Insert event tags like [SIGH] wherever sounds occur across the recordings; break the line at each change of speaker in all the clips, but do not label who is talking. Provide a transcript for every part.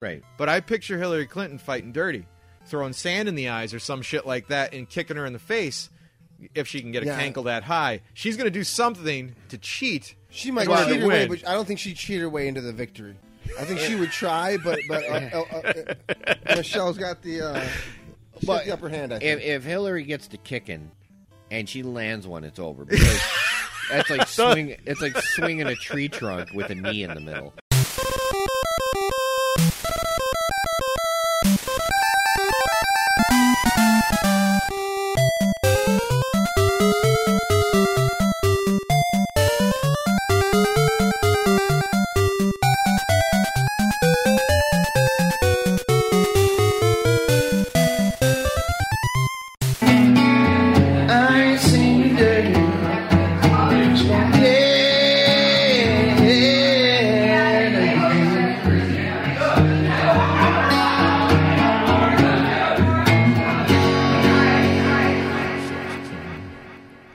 Right. But I picture Hillary Clinton fighting dirty, throwing sand in the eyes or some shit like that and kicking her in the face if she can get a
Yeah.
cankle that high. She's going to do something to cheat.
She might
in order to
cheat her
win.
way, but I don't think she cheated her way into the victory. I think she would try, but but
[LAUGHS]
uh, uh, uh, Michelle's got the, uh, she's got the upper hand. I
If,
think.
if Hillary gets to kicking and she lands one, it's over.
[LAUGHS]
Because that's like swing. It's like swinging a tree trunk with a knee in the middle.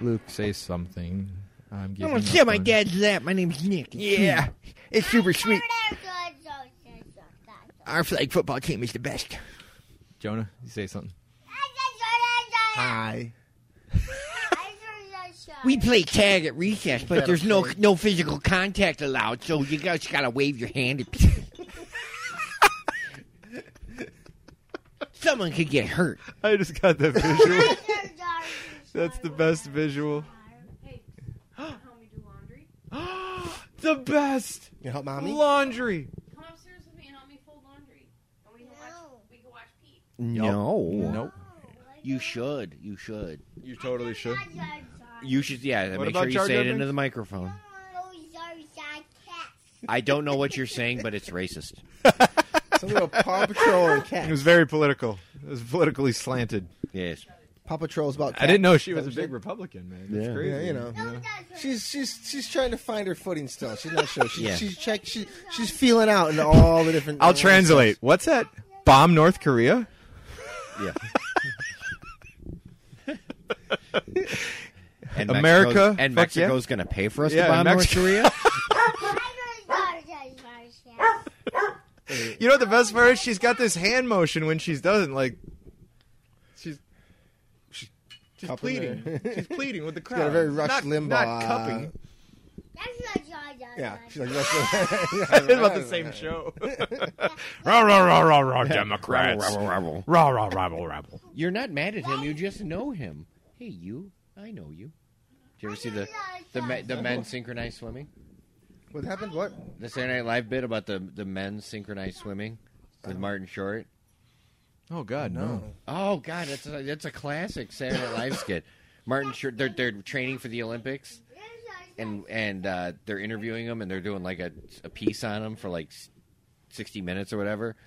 Luke, say something. I'm
I
giving
don't yeah, my dad's that. My name's Nick. Yeah, it's super sweet. Our flag football team is the best.
Jonah, you say something.
Hi.
[LAUGHS] We play tag at recess, but there's no no physical contact allowed, so you guys gotta wave your hand. At [LAUGHS] people. Someone could get hurt.
I just got that visual. [LAUGHS] That's the best visual.
Hey, help me do laundry.
[GASPS] the best
You help mommy?
laundry.
Come upstairs with me and help me fold laundry. And we can watch. We can watch Pete.
No,
Nope.
You should. You should.
You totally should.
You should. Yeah.
What
make
about
sure you
Jar
say
Jar
it into
Binks?
the microphone. I don't know what you're saying, but it's racist.
Something about Paw Patrol
[LAUGHS]
and
It
cat.
was very political. It was politically slanted.
Yes.
Paw Patrol's about. Cats.
I didn't know she was a
That
big
it?
Republican, man. That's crazy.
Yeah, you know. She's she's she's trying to find her footing still. She's not sure. She's
Yeah.
she's check she she's feeling out in all the different.
I'll translate. What's that? Bomb North Korea?
Yeah. and
America,
Mexico's- and
fuck
Mexico's going to pay for us
Yeah,
to bomb
and
North
Mexico-
Korea.
[LAUGHS] You know what the best part is? She's got this hand motion when she's doesn't like. She's she's- she's
Cupping
pleading.
her.
she's pleading with the crowd.
got a very
It's
Rush
not,
Limbaugh,
Not cupping.
Yeah, she's
She's
like [LAUGHS]
[LAUGHS]
that's
it's about the same show. rah rah rah rah rah Democrats.
Rabble, rabble, rabble.
[LAUGHS] rah rah rabble rabble.
You're not mad at him. You just know him. Hey, you. I know you. Did you ever see the the, me, the men synchronized swimming?
what happened. What?
The Saturday Night Live bit about the the men synchronized swimming with Martin Short.
Oh God, no.
Oh God, that's a, that's a classic Saturday Night Live skit. Martin Short. They're they're training for the Olympics. and and uh, they're interviewing him and they're doing like a, a piece on him for like s- 60 minutes or whatever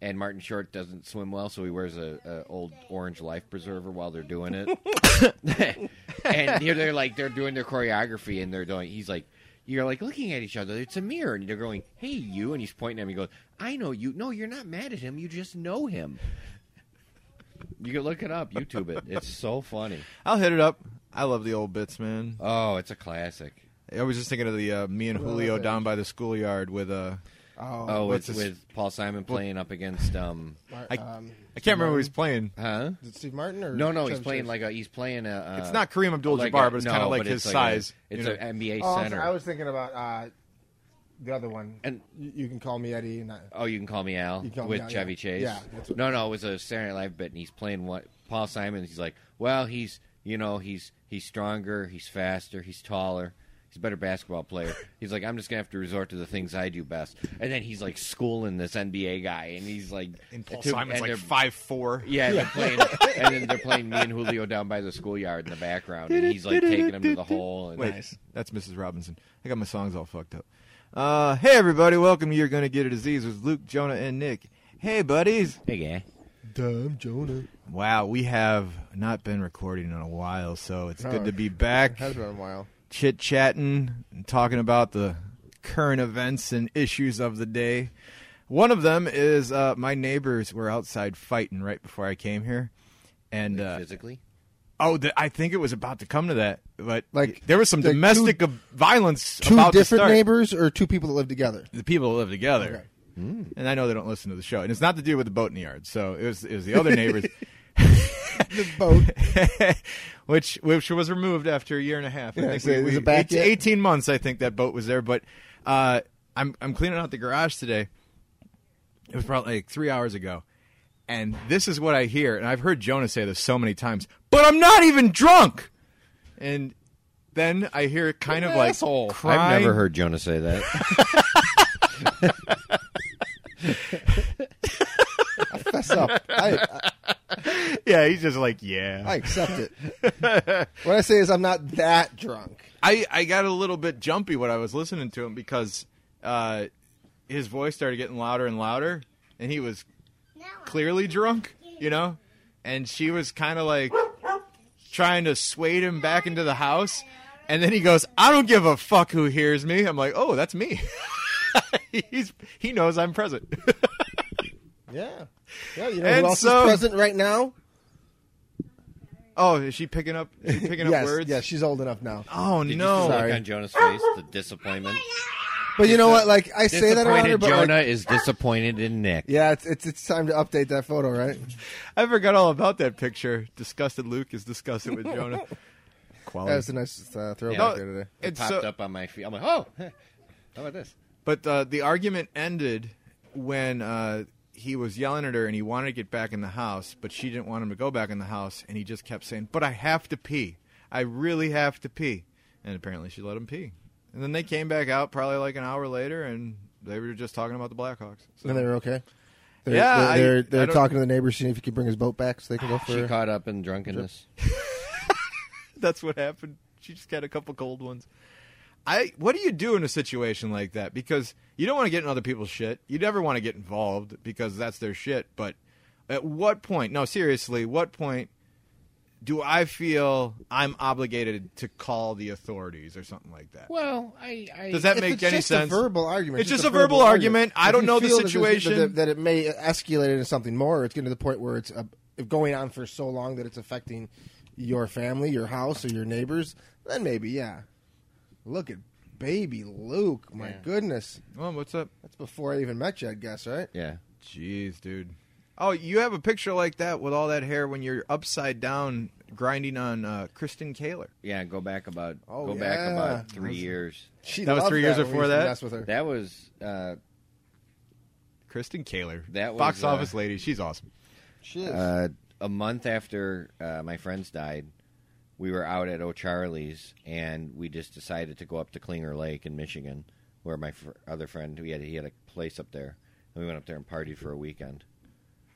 and martin short doesn't swim well so he wears a, a old orange life preserver while they're doing it [LAUGHS] and here they're like they're doing their choreography and they're doing he's like you're like looking at each other it's a mirror and they're going hey you and he's pointing at him he goes i know you no you're not mad at him you just know him you can look it up youtube it it's so funny
I'll hit it up. I love the old bits, man.
oh it's a classic
I was just thinking of the uh, me and Julio
it.
down by the schoolyard with uh,
Oh,
Oh,
What's
with,
his-
with Paul Simon playing up against um,
Mar-
I-
um,
I can't remember who he's playing.
huh?
is it Steve Martin or
No, no, he's
Chevy
playing
Chase?
like a he's playing a. Uh,
It's not Kareem Abdul-Jabbar,
a-
but it's
no,
kinda like
but
his
it's
size,
A, it's
you
an
know.
NBA
Oh, I'm
center.
sorry, I was thinking about uh, the other one.
And-
you, you can call me Eddie. And I,
Oh, you can call me Al
You can call me
with
Al, yeah.
Chevy Chase.
Yeah, that's what-
no, no, it was a Saturday Night Live bit, and he's playing what Paul Simon. He's like, well, he's you know he's he's stronger, he's faster, he's taller, he's a better basketball
[LAUGHS]
player. He's like, I'm just gonna have to resort to the things I do best. And then he's like schooling this NBA guy, and he's like,
And Paul
to-
Simon's
and
like
they're-
five four.
Yeah, and They're playing, and then they're playing me and Julio down by the schoolyard in the background, and he's like taking him to the hole. And
Wait, that's Mrs. Robinson. I got my songs all fucked up. Uh, hey everybody, welcome. to You're gonna get a disease with Luke, Jonah, and Nick. Hey buddies.
hey, guy.
Dumb Jonah.
Wow, we have not been recording in a while, so it's
Oh.
good to be back,
Has been a while.
chit chatting, and talking about the current events and issues of the day. One of them is uh, my neighbors were outside fighting right before I came here, and uh,
physically.
Oh, th- I think it was about to come to that, but
Like,
there was some
like
domestic
two-
ab- violence
Two
about to
different
start.
neighbors or two people that live together.
The people that live together.
Mm.
and I know they don't listen to the show. And it's not to do with the boat in the yard. So it was it was the other
[LAUGHS]
neighbors, [LAUGHS]
The [LAUGHS] boat.
which which was removed after a year and a half. I
Yeah,
think
so
we-
is
we-
it back
eight-
yet?
eighteen months. I think that boat was there. But uh, I'm I'm cleaning out the garage today. It was probably like three hours ago. And this is what I hear, and I've heard Jonah say this so many times, but I'm not even drunk. And then I hear kind of like
asshole.
crying.
I've never heard Jonah say [LAUGHS] that.
Fess up. I,
[LAUGHS] Yeah, he's just like, yeah.
I
[LAUGHS]
accept it. What I say is I'm not that drunk.
I, I got a little bit jumpy when I was listening to him because uh, his voice started getting louder and louder, and he was clearly drunk, you know? And she was kind of like trying to sway him back into the house. And then he goes, I don't give a fuck who hears me. I'm like, oh, that's me. [LAUGHS] He's, he knows I'm present. [LAUGHS]
Yeah. Yeah, you know
And
who else
so-
is present right now?
oh, is she picking up is she picking up
yes,
words?
yes, she's old enough now.
Oh
Did you
no.
see the
Sorry.
look on Jonah's face? The disappointment.
But you know what? Like I say that around her,
Disappointed
but
Jonah
like,
is disappointed in Nick.
yeah, it's, it's it's time to update that photo, right?
I forgot all about that picture. Disgusted Luke is disgusted with Jonah.
That
Quality.
was a nice uh, throwback
No,
there today.
It
It's
popped
so-
up on my feet. I'm like, oh, [LAUGHS] how about this?
But uh, the argument ended when uh, he was yelling at her and he wanted to get back in the house, but she didn't want him to go back in the house, and he just kept saying, "But I have to pee. I really have to pee." And apparently, she let him pee. And then they came back out probably like an hour later, and they were just talking about the Blackhawks. So
And they were okay. They're,
Yeah, I-
they're,
I
they're, they're
don't- Ah,
talking to the neighbors, seeing if he can bring his boat back so they can go for.
She caught up in drunkenness.
[LAUGHS] that's what happened. She just got a couple cold ones. I what do you do in a situation like that? Because you don't want to get in other people's shit. You never want to get involved because that's their shit. But at what point? No, seriously, what point do I feel I'm obligated to call the authorities or something like that?
Well, I, I
Does that
If
make
it's
any
just
sense?
A verbal argument.
It's just a verbal argument. I
If
don't
you
know the
feel that this-
situation.
that, that it may escalate into something more. It's getting to the point where it's uh, going on for so long that it's affecting your family, your house, or your neighbors. Then maybe, yeah. Look at baby Luke. My
Yeah.
goodness,
Oh, what's up?
that's before I even met you, I guess, right?
yeah.
Jeez, dude. Oh, you have a picture like that with all that hair when you're upside down grinding on uh, Kristen Kaler.
Yeah, go back about
Oh,
go back
yeah.
about three years.
She
That was
loved
three years
when we
before
used to
that?
mess with her.
That was uh,
Kristen Kaler,
That was,
box
uh,
office lady. She's awesome.
She is.
uh, a month after uh, my friends died. We were out at O'Charlie's, and we just decided to go up to Klinger Lake in Michigan, where my fr- other friend he had he had a place up there, and we went up there and partied for a weekend.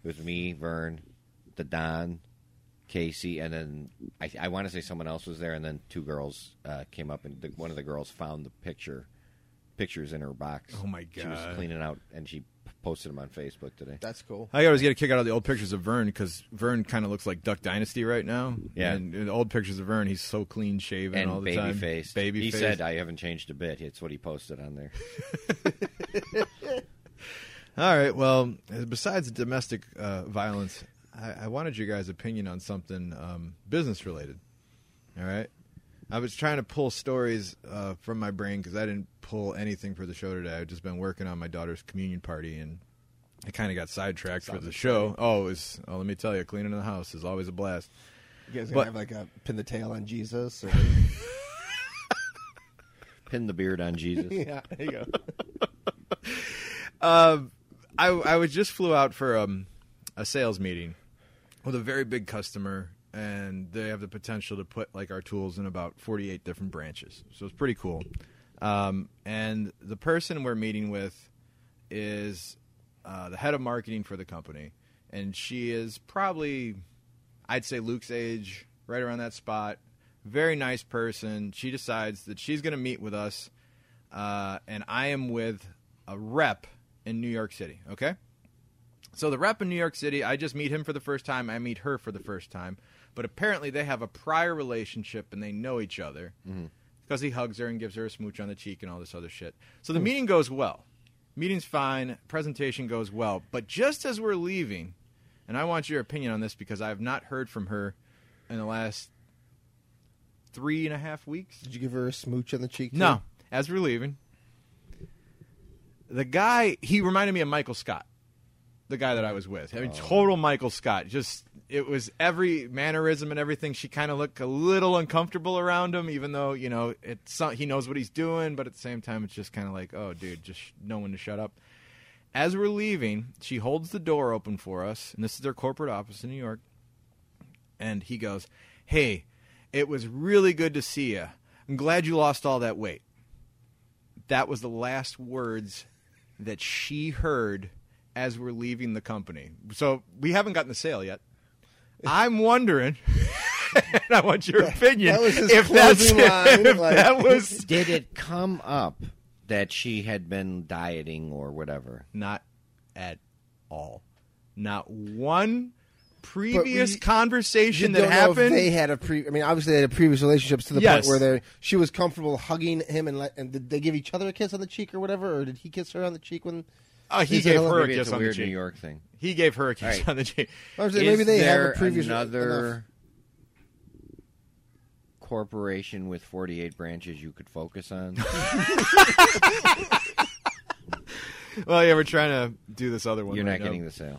It was me, Vern, the Don, Casey, and then I, I want to say someone else was there, and then two girls uh, came up, and the, one of the girls found the picture, pictures in her box.
Oh, my
She was
God.
cleaning out, and she p- posted them on Facebook today.
that's cool.
I always get a kick out of the old pictures of Vern because Vern kind of looks like Duck Dynasty right now.
Yeah.
and in the old pictures of Vern, he's so clean shaven
and
all the
baby
time.
face.
baby
he
face.
said, "I haven't changed a bit." It's what he posted on there.
all right. Well, besides domestic uh, violence, I-, I wanted your guys' opinion on something um, business related. All right. I was trying to pull stories uh, from my brain because I didn't pull anything for the show today. I've just been working on my daughter's communion party and I kind of got sidetracked for the show. Oh, it was, oh, let me tell you, cleaning the house is always a blast.
You guys
But-
gonna have like a pin the tail on Jesus?
[LAUGHS]
Or...
Pin the beard
[LAUGHS]
on Jesus.
yeah, there you go.
Um, I I was just flew out for um, a sales meeting with a very big customer, and they have the potential to put like our tools in about forty eight different branches. So it's pretty cool. Um, and the person we're meeting with is uh, the head of marketing for the company, and she is probably I'd say Luke's age, right around that spot. Very nice person. She decides that she's going to meet with us, uh, and I am with a rep in New York City. Okay, so the rep in New York City, I just meet him for the first time. I meet her for the first time, but apparently they have a prior relationship and they know each other because he hugs her and gives her a smooch on the cheek and all this other shit. So the meeting goes well. Meeting's fine. Presentation goes well. But just as we're leaving, and I want your opinion on this because I have not heard from her in the last three and a half weeks.
Did you give her a smooch on the cheek? too?
No, as we're leaving, the guy he reminded me of Michael Scott, the guy that I was with. I mean, total Michael Scott. Just it was every mannerism and everything. She kind of looked a little uncomfortable around him, even though you know it's he knows what he's doing, but at the same time, it's just kind of like, oh, dude, just sh- know when to shut up. As we're leaving, she holds the door open for us, and this is their corporate office in New York. And he goes, "Hey, it was really good to see you. I'm glad you lost all that weight." That was the last words that she heard as we're leaving the company. So we haven't gotten the sale
[LAUGHS]
yet. I'm wondering, [LAUGHS] and I want your opinion.
that was his
if that's
closing
[LAUGHS]
line,
if
like-
that
[LAUGHS]
was
Did it come up that she had been dieting or whatever?
Not at all. Not one previous
we-
conversation that
don't know if
happened.
they had a pre. I mean, obviously they had a previous relationships to the
Yes.
point where they she was comfortable hugging him and let, and did they give each other a kiss on the cheek or whatever, or did he kiss her on the cheek when?
Uh, he
Is it
gave
a-
her a
Maybe it's
kiss
a
on the
weird New
cheek.
York thing.
He gave her a kiss
Right.
on the cheek.
I was
Is
saying, maybe they have
there
a previous
another
enough-
corporation with 48 branches you could focus on?
Well, yeah, we're trying to do this other [LAUGHS] one.
You're
right
not
now.
getting the sale.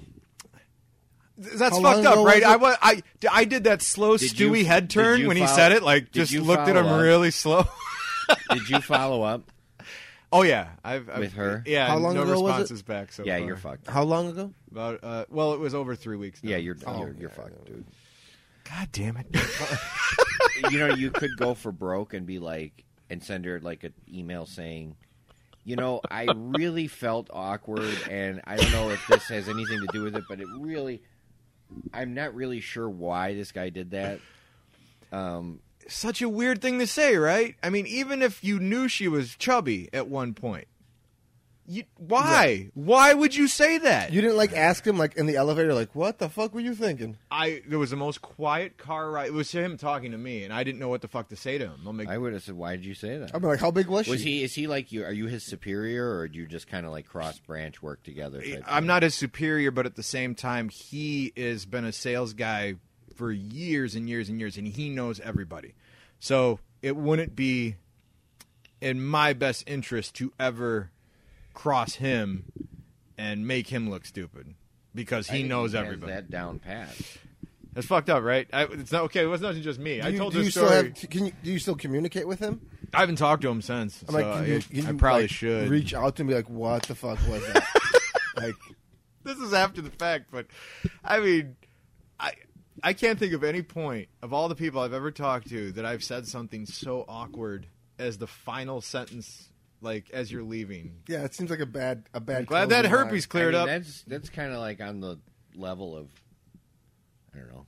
That's
How
fucked
long ago
up, right?
was
I
it?
was I I did that slow
Did you-
Stewie head
did
turn
you
when he
follow-
said it. Like,
did
just
you
looked at him
follow up?
really slow. [LAUGHS]
Did you follow up?
oh yeah, I've, I've
With her?
Yeah,
How long
no
ago was it?
responses back. [LAUGHS] So
yeah,
far.
you're fucked.
How long ago?
About uh, well, it was over three weeks. Now.
Yeah, you're
Oh,
you're, you're
yeah,
fucked, dude.
God damn it. [LAUGHS]
you know, you could go for broke and be like, and send her like an email saying, you know, I really felt awkward, and I don't know if this has anything to do with it, but it really, I'm not really sure why this guy did that. Um,
Such a weird thing to say, right? I mean, even if you knew she was chubby at one point, you, why? Why would you say that?
You didn't like ask him like in the elevator, like what the fuck were you thinking?
I it was the most quiet car ride. It was him talking to me, and I didn't know what the fuck to say to him. I'm like,
I would have said, why did you say that?
I'd be like, how big was,
Was
she?
he? Is he like you? Are you his superior, or do you just kind of like cross branch work together? type
I'm
thing?
not his superior, but at the same time, he has been a sales guy for years and years and years, and he knows everybody. So it wouldn't be in my best interest to ever cross him and make him look stupid because
I
he
think
knows
has
everybody.
That down pat.
That's fucked up, right? I, it's not okay. It was not just me.
Do
I
you-
told
do
this
you
story.
Still have, can you do you still communicate with him?
I haven't talked to him since.
I'm
so
like, can you,
I,
can
I
you,
probably
like,
should
reach out to him and be like, what the fuck was
[LAUGHS]
that? like,
this is after the fact, but I mean, I I can't think of any point of all the people I've ever talked to that I've said something so awkward as the final sentence, like as you're leaving.
yeah, it seems like a bad a bad.
Glad that
closing
herpes
Oh I
cleared
mean,
up.
That's that's kind of like on the level of I don't know,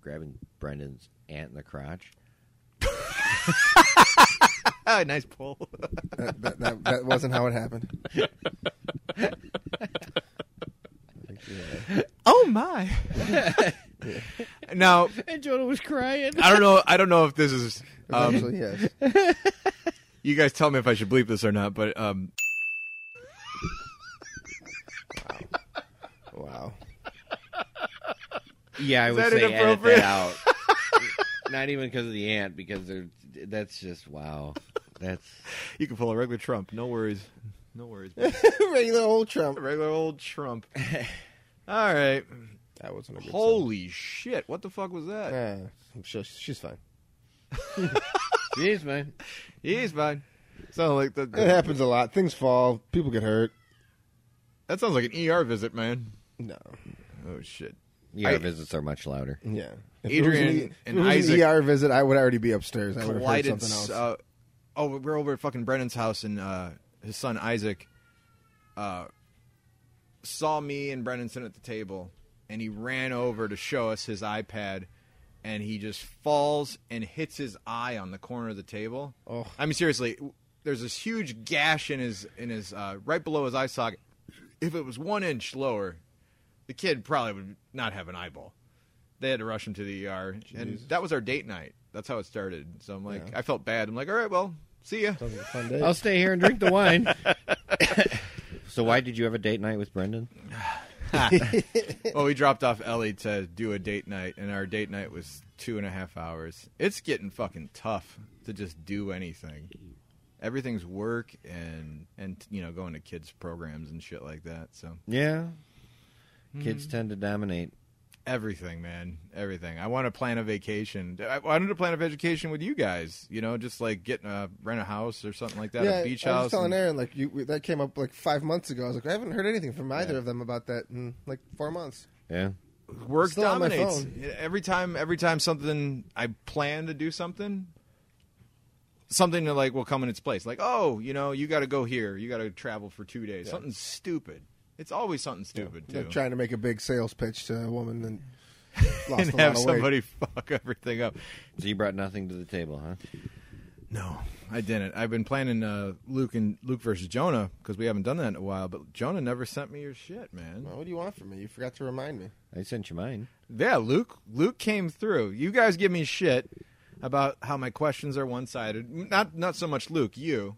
grabbing Brendan's aunt in the crotch.
Ah, nice
[LAUGHS]
pull.
line. That, that, that, that wasn't how it happened.
oh my! now
[LAUGHS] And Jonah was crying.
I don't know. I don't know if this is. Um,
Actually, yes.
you guys tell me if I should bleep this or not, but um,
Wow.
Yeah, I would
that
say edit
inappropriate?
that [LAUGHS] out. Not even because of the aunt, because they're, that's just wow. That's
you can pull a regular Trump. No worries. No
[LAUGHS]
worries. buddy.
[LAUGHS] Regular old Trump.
regular old Trump. All right.
That wasn't a good
Holy shit! What the fuck was that?
sign. Yeah, I'm sure she's fine.
jeez, man.
He's fine. Sounds like the,
It happens a lot. Things fall. People get hurt.
that sounds like an ER visit, man.
No.
Oh shit.
Yeah,
I-
visits are much louder.
Yeah. If
Adrian
it was an,
and
if it was
Isaac
an ER visit, I would already be upstairs. I would have heard
Collided.
something else.
Uh, oh, we're over at fucking Brennan's house, and uh, his son Isaac uh, saw me and Brennan sitting at the table, and he ran over to show us his iPad, and he just falls and hits his eye on the corner of the table.
Oh.
I mean, seriously, w- there's this huge gash in his in his uh, right below his eye socket. If it was one inch lower, the kid probably would not have an eyeball. They had to rush him to the ER, and that was our date night. That's how it started. So I'm like, I felt bad. I'm like, all right, well, see ya. [LAUGHS]
Sounds like a fun day.
I'll stay here and drink the wine. [LAUGHS] so why did you have a date night with Brendan?
well, we dropped off Ellie to do a date night, and our date night was two and a half hours. It's getting fucking tough to just do anything. everything's work and and you know going to kids programs and shit like that. So
Yeah. Hmm. Kids tend to dominate.
everything, man, everything. I want to plan a vacation. I wanted to plan a vacation with you guys. You know, just like getting a rent a house or something like that,
yeah,
a beach
I was
house.
telling
and-
Aaron like you we- that came up like five months ago. I was like, I haven't heard anything from either
Yeah.
of them about that in like four months.
Yeah.
work
Still on my
dominates.
phone.
Every time, every time something I plan to do something, something to like will come in its place. Like, oh, you know, you got to go here. You got to travel for two days. Something stupid. It's always something stupid
Like
too.
trying to make a big sales pitch to a woman and lost
[LAUGHS] and
a
have
lot of weight.
somebody [LAUGHS] fuck everything up.
So you brought nothing to the table, huh?
No, I didn't. I've been planning uh, Luke and Luke versus Jonah because we haven't done that in a while. But Jonah never sent me your shit, man.
Well, what do you want from me? You forgot to remind me.
I sent you mine.
Yeah, Luke. Luke came through. You guys give me shit about how my questions are one sided. Not not so much Luke, you,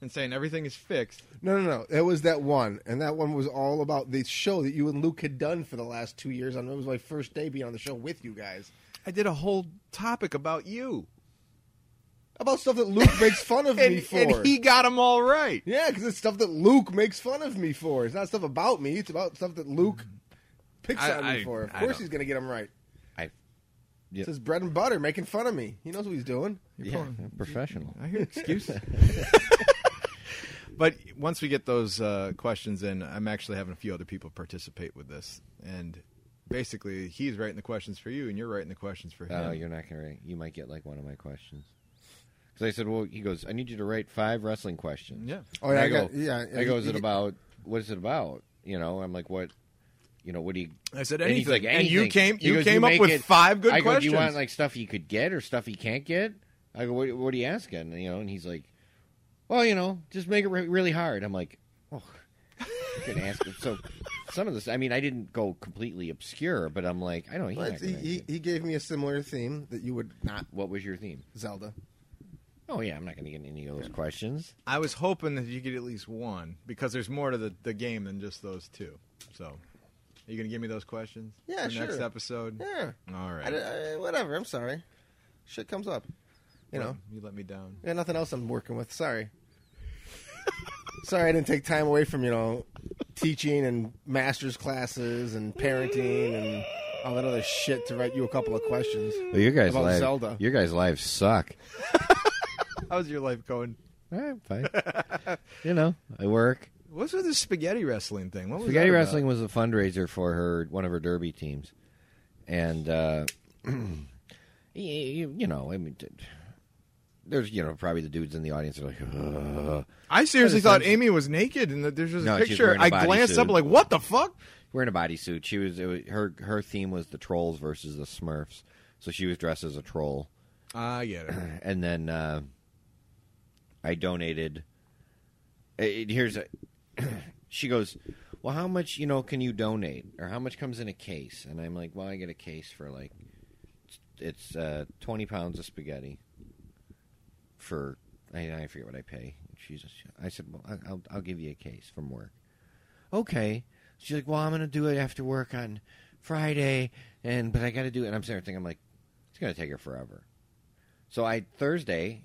and saying everything is fixed.
No, no, no. It was that one, and that one was all about the show that you and Luke had done for the last two years. And it was my first day being on the show with you guys
I did a whole topic about you,
about stuff that Luke makes fun of
[LAUGHS]
me
and,
for.
and he got them all right.
Yeah, because it's stuff that Luke makes fun of me for. It's not stuff about me. It's about stuff that Luke picks
Mm-hmm. I-
on me
I-
for. Of
I
course,
don't-
he's going to get them right.
I
It's his bread and butter, making fun of me. He knows what he's doing.
yeah, I'm professional. [LAUGHS]
I hear excuses. [LAUGHS] but once we get those uh, questions in, I'm actually having a few other people participate with this, and basically, he's writing the questions for you, and you're writing the questions for him.
Oh, you're not gonna. You might get like one of my questions. Because I said, well, he goes, I need you to write five wrestling questions.
yeah.
Oh, yeah,
And
I
go,
got- yeah, yeah,
I go,
you-
is
you
it
get-
about? What is it about? You know, I'm like, what? You know, what do you?
I said
And he's
anything,
like,
and you
anything.
came,
He
you
goes,
came up
make
with
it-
five good
I go, do
questions.
you want like stuff he could get or stuff he can't get? I go, what, what are you asking? You know, and he's like, well, you know, just make it re- really hard. I'm like, oh, you can ask him. So some of this, I mean, I didn't go completely obscure, but I'm like, I don't. He's
But
not
he,
gonna
he, he gave me a similar theme that you would not
what was your theme?
Zelda.
Oh yeah, I'm not going to get any of those questions.
I was hoping that you get at least one because there's more to the, the game than just those two. So, are you going to give me those questions?
Yeah,
for Next
sure.
episode.
Yeah.
All
I,
right.
I- whatever. I'm sorry. Shit comes up. You
Well,
know.
you let me down.
Yeah, nothing else I'm working with. Sorry. [LAUGHS] Sorry, I didn't take time away from you know teaching and master's classes and parenting and all that other shit to write you a couple of questions.
Well, your guys'
About
lives,
Zelda.
your guys' lives suck.
How's your life going?
I'm fine.
[LAUGHS]
you know, I work.
What's with this spaghetti wrestling thing? What was
Spaghetti
that about?
wrestling was a fundraiser for her one of her derby teams, and uh, [CLEARS THROAT] you, you know, I mean, t- there's you know probably the dudes in the audience are like, Ugh.
I seriously thought Amy was naked and that there's just
No,
a
she's
picture.
wearing a
I
bodysuit.
glanced up like, what the fuck?
wearing a bodysuit. She was, it was her her theme was the trolls versus the Smurfs, so she was dressed as a troll.
Uh, I get it.
[CLEARS THROAT] and then uh, I donated. eh, here's a. [CLEARS THROAT] she goes, "Well, how much you know can you donate, or how much comes in a case?" And I'm like, "Well, I get a case for like it's uh, twenty pounds of spaghetti for I, I forget what I pay." She's, I said, "Well, I- I'll I'll give you a case from work." Okay. She's like, "Well, I'm gonna do it after work on Friday, and but I got to do it." And I'm sitting there thinking, I'm like, "It's gonna take her forever." So I Thursday,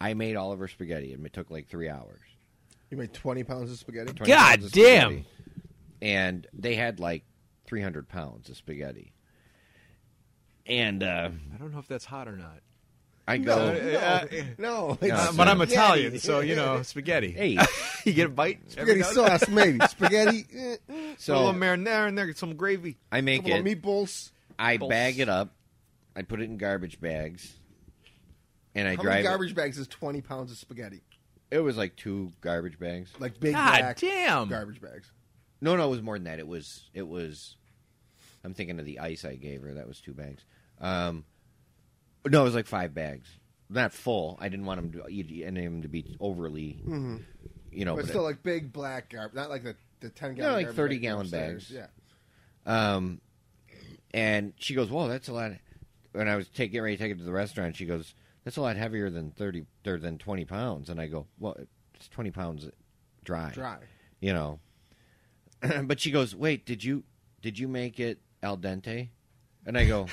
I made all of her spaghetti, and it took like three hours.
You made twenty pounds of spaghetti.
20
God
pounds of
damn.
spaghetti. And they had like 300 pounds of spaghetti. And uh,
I don't know if that's hot or not.
I
No,
go,
Uh,
no,
uh,
no.
Uh,
it's
but I'm
spaghetti.
Italian, so, you know, spaghetti.
hey.
[LAUGHS]
[LAUGHS] you get a bite? every
spaghetti
now and then?
sauce, maybe
[LAUGHS]
spaghetti. eh, eh,
Put a
So
little marinara in there, get some gravy.
I make
couple of
it.
meatballs.
I bag it up. I put it in garbage bags. And I
How
drive.
many
it-
garbage bags is twenty pounds of spaghetti?
It was like two garbage bags.
Like big
God
black
damn.
garbage bags.
No, no, it was more than that. It was it was. I'm thinking of the ice I gave her. That was two bags. Um, no, it was like five bags, not full. I didn't want them to eat any of them to be overly, you
Mm-hmm.
know.
But
but-
still, like big black garbage, not like the the ten
No,
gallon.
like
garbage
30
bag
gallon
upstairs.
bags.
Yeah.
um, and she goes, "Whoa, that's a lot." When I was take, getting ready to take it to the restaurant, she goes, "That's a lot heavier than thirty or than twenty pounds." And I go, "Well, it's twenty pounds dry."
Dry.
you know. [CLEARS THROAT] but she goes, "Wait, did you did you make it al dente?" And [LAUGHS] I go,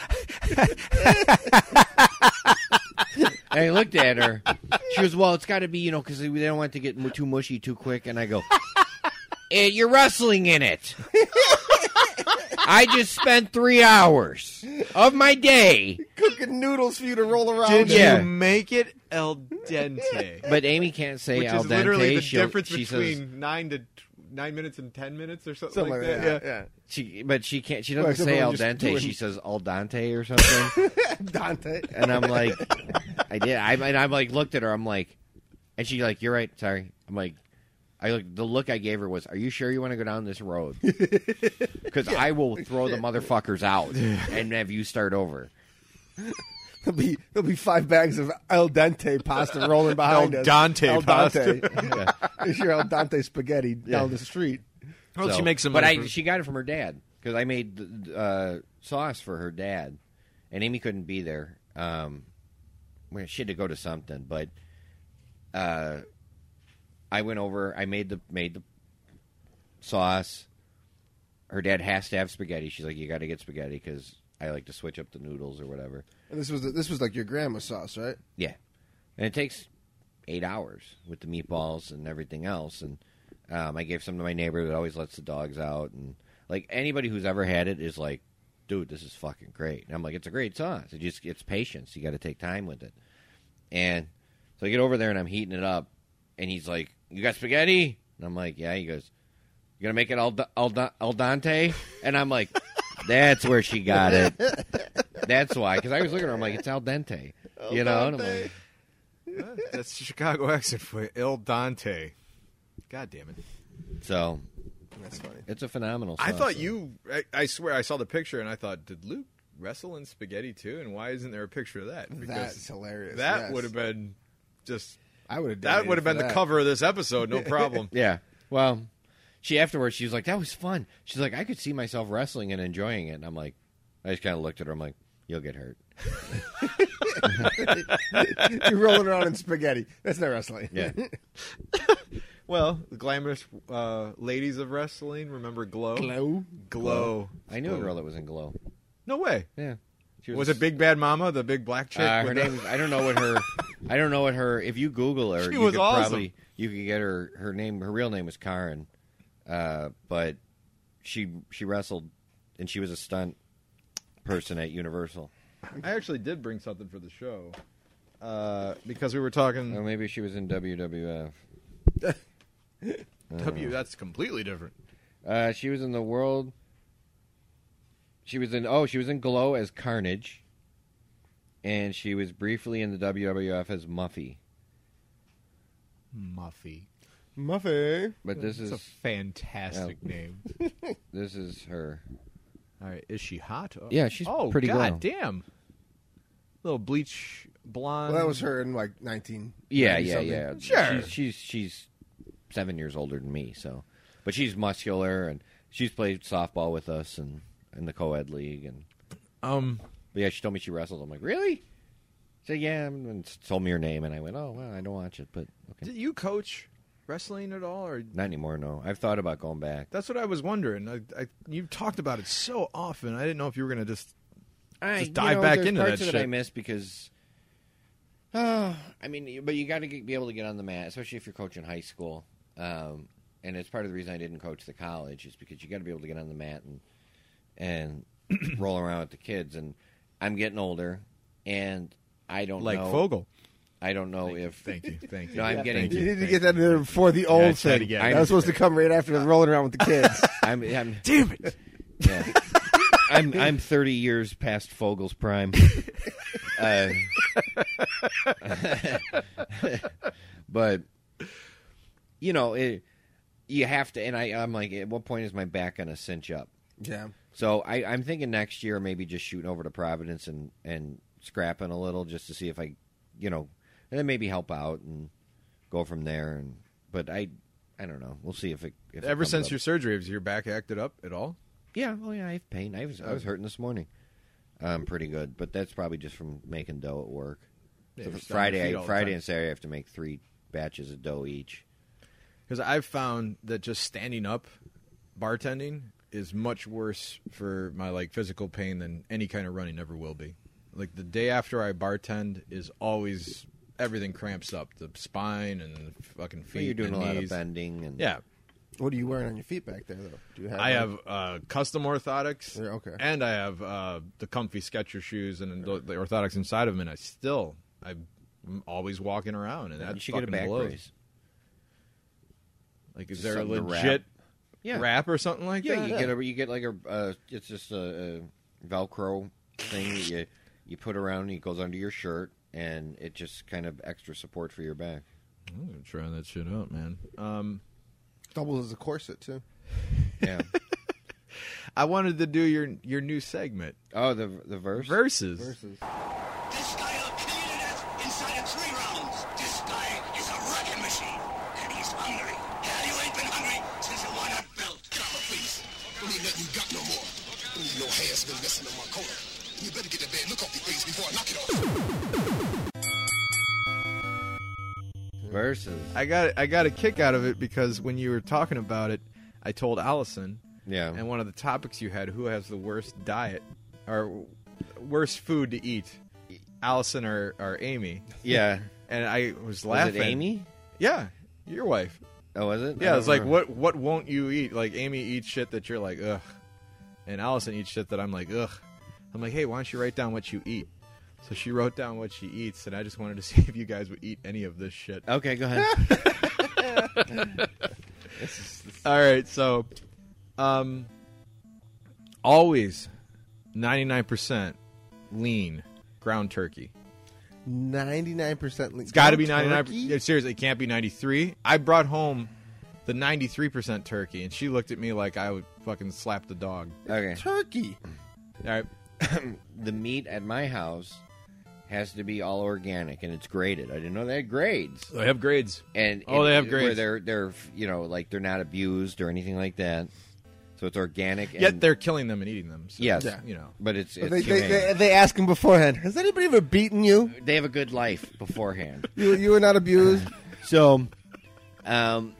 And I looked at her. She goes, "Well, it's got to be, you know, because they don't want it to get mu- too mushy too quick." And I go, "Eh, "You're wrestling in it." I just spent three hours of my day,
Cooking noodles for you to roll around.
Did
in.
Yeah.
you make it el dente?
but Amy can't say
Which
al
is literally
dente.
the
She'll-
difference
she says-
between nine to nine minutes and ten minutes or something,
Something
like that. Yeah.
she, but she can't. She
Well,
doesn't
except
say
when
al
just
dente.
doing-
She says al dente or something.
yeah. [LAUGHS] Dante.
and I'm like, I did. I and I'm like looked at her. I'm like, and she like, you're right. Sorry. I'm like, I look. The look I gave her was, are you sure you want to go down this road? Because I will throw the motherfuckers out and have you start over.
There'll be there'll be five bags of al dente pasta
[LAUGHS]
rolling behind
El
us.
Dante
al
pasta.
Dante. It's your al dente [LAUGHS] spaghetti down the street.
Well,
So-
she makes some
But
money.
I,
for-
she got it from her dad because I made uh, sauce for her dad, and Amy couldn't be there. Um, well, she had to go to something, but uh, I went over. I made the made the sauce. Her dad has to have spaghetti. She's like, you got to get spaghetti because I like to switch up the noodles or whatever.
And this was this was like your grandma's sauce, right?
Yeah, and it takes eight hours with the meatballs and everything else. And um, I gave some to my neighbor that always lets the dogs out. And like anybody who's ever had it is like, dude, this is fucking great. And I'm like, it's a great sauce. It just it's patience. You got to take time with it. And so I get over there and I'm heating it up, and he's like, "You got spaghetti?" And I'm like, "Yeah." He goes, "You gonna make it al, da- al, da- al dente?" And I'm like, "That's where she got it. That's why." Because I was looking at her, I'm like, "It's al dente," you know. And I'm like,
[LAUGHS]
That's the Chicago accent for you. El Dante. God damn it.
So
That's funny.
it's a phenomenal.
I
sauce.
thought you. I, I swear, I saw the picture and I thought, did Luke wrestle in spaghetti too? And why isn't there a picture of that?
That's hilarious.
that
yes.
would have been just.
I would have
That would have been the cover of this episode, no problem.
Yeah. Well, she afterwards she was like, "That was fun." She's like, "I could see myself wrestling and enjoying it." And I'm like, I just kind of looked at her. I'm like, "You'll get
[LAUGHS]
hurt."
[LAUGHS] You're rolling around in spaghetti. That's not wrestling. [LAUGHS]
Yeah.
Well, the glamorous uh, ladies of wrestling. Remember Glow?
Glow.
Glow.
I knew a girl that was in glow.
No way.
Yeah. She
Was it Big Bad Mama, the big black chick?
Uh, her
with
name. I don't know what
[LAUGHS]
her. I don't know what her. If you Google her,
She
you
was
could
awesome.
probably you could get her. Her name. Her real name was Karen, uh, but she she wrestled, and she was a stunt person at Universal.
the- I actually did bring something for the show uh, because we were talking
Or maybe she was in WWF.
W. That's completely different.
Uh, she was in the world. She was in oh, she was in Glow as Carnage, and she was briefly in the WWF as Muffy.
Muffy.
Muffy.
But this
It's
is
a fantastic name.
this is her.
All right, is she hot? Oh.
Yeah, she's
oh,
pretty
God
glow.
damn. Little bleach blonde.
Um,
Well, that was her in like 19.
Yeah,
90
yeah,
something.
yeah.
Sure.
She's, she's she's seven years older than me, so but she's muscular and she's played softball with us and in the co-ed league and
Um,
but yeah, she told me she wrestled. I'm like, really? She said, yeah, and told me her name, and I went, oh well, I don't watch it, but okay,
Did you coach wrestling at all, or
not anymore. No, I've thought about going back.
that's what I was wondering. I, I, you've talked about it so often. I didn't know if you were going to just.
I,
Just dive back
there's
into
parts
that
of it I
shit.
miss because, [SIGHS] uh, I mean, but you got to be able to get on the mat, especially if you're coaching high school. Um, and it's part of the reason I didn't coach the college is because you got to be able to get on the mat and and [CLEARS THROAT] roll around with the kids. And I'm getting older, and I don't
Like
know.
Fogel.
I don't know if
Thank you. Thank you.
No, I'm getting.
You need to get that in there before the old
I tried to
thing.
get
it.
That was supposed to come right after the rolling around with
[LAUGHS]
the kids.
I'm. I'm
damn it.
yeah. I'm I'm 30 years past Fogel's prime. Uh, [LAUGHS] but you know, it, you have to and I I'm like at what point is my back going to cinch up?
yeah.
So I I'm thinking next year maybe just shooting over to Providence and and scrapping a little just to see if I, you know, and then maybe help out and go from there and but I I don't know. We'll see if it if
[LAUGHS]
it
Ever
comes
since
up.
your surgery, has your back acted up at all?
Yeah, oh yeah, I have pain. I was I was
Oh.
hurting this morning. Um, pretty good, but that's probably just from making dough at work.
Yeah,
So
you're
for
stomping your feet
Friday,
all the
Friday
time.
and Saturday, I have to make three batches of dough each.
Because I've found that just standing up bartending is much worse for my like physical pain than any kind of running ever will be. Like the day after I bartend is always everything cramps up the spine and the fucking feet.
Well, you're doing a
and
lot of
knees.
bending and
Yeah,
[LAUGHS] What are you wearing on your feet back there, though? Do you have?
I
like-
have uh, custom orthotics.
Yeah, okay.
And I have uh, the comfy Skechers shoes and the, the orthotics inside of them, and I still I'm always walking around, and that
you should
fucking
get a back
blows.
brace.
Like, is
Just
there a
something to wrap.
legit
Yeah,
wrap or something like
yeah.
that?
You get a you get like a uh, it's just a, a Velcro thing that you you put around and it goes under your shirt and it just kind of extra support for your back.
I'm gonna try that shit out, man. Um,
doubles as a corset too.
[LAUGHS]
Yeah.
I wanted to do your your new segment
oh, the the verse.
versus.
Versus.
This guy will kill you to death inside of three rounds. This guy is a wrecking machine, and he's hungry. Hell, you ain't been hungry since you won that belt. Get out of place. Don't need nothing you got no more. Don't need no hands been messing on my cola. You better get to bed. Look off your face before I knock it off.
Versus.
I got I got a kick out of it because when you were talking about it, I told Allison,
Yeah.
and one of the topics you had, who has the worst diet or worst food to eat, Allison or, or Amy?
yeah.
And I was
Was
laughing.
it Amy?
Yeah, your wife.
Oh, was it? I
Yeah,
don't
it's like
remember.
what what won't you eat? Like Amy eats shit that you're like ugh, and Allison eats shit that I'm like ugh. I'm like, hey, why don't you write down what you eat? So she wrote down what she eats, and I just wanted to [LAUGHS] see if you guys would eat any of this shit.
Okay, go
[LAUGHS]
ahead.
All right, so um always 99% lean ground turkey.
Ninety nine percent.
It's got to be 99 yeah, seriously, it can't be 93. I brought home the 93% turkey and she looked at me like I would fucking slap the dog.
okay.
Turkey.
All right.
the meat at my house has to be all organic and it's graded. I didn't know they had grades.
They have grades.
And
Oh,
and
they have
Where
grades.
they're they're you know like they're not abused or anything like that. So it's organic. And,
Yet they're killing them and eating them. So,
yes,
Yeah.
[LAUGHS]
you know.
but it's, it's
They, they,
humane.
they, they ask him beforehand. Has anybody ever beaten you?
They have a good life beforehand.
You you were
[LAUGHS]
not abused.
so, um,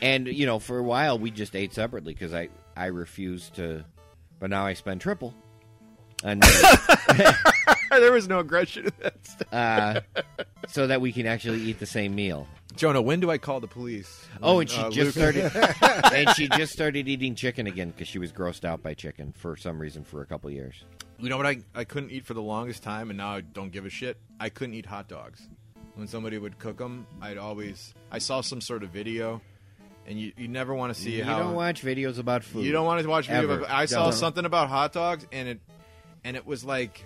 and you know for a while we just ate separately because I I refused to, but now I spend triple. And
[LAUGHS] there was no aggression in that.
uh, so that we can actually eat the same meal.
Jonah, when do I call the police?
Oh,
When,
and she
uh,
just
Luke- [LAUGHS]
started, and she just started eating chicken again because she was grossed out by chicken for some reason for a couple years.
You know what I, I couldn't eat for the longest time, and now I don't give a shit. I couldn't eat hot dogs. When somebody would cook them, I'd always I saw some sort of video, and you, you never want to see
you
how
don't watch videos about food.
you don't want to watch video.
Ever.
But I saw
Don't.
something about hot dogs, and it and it was like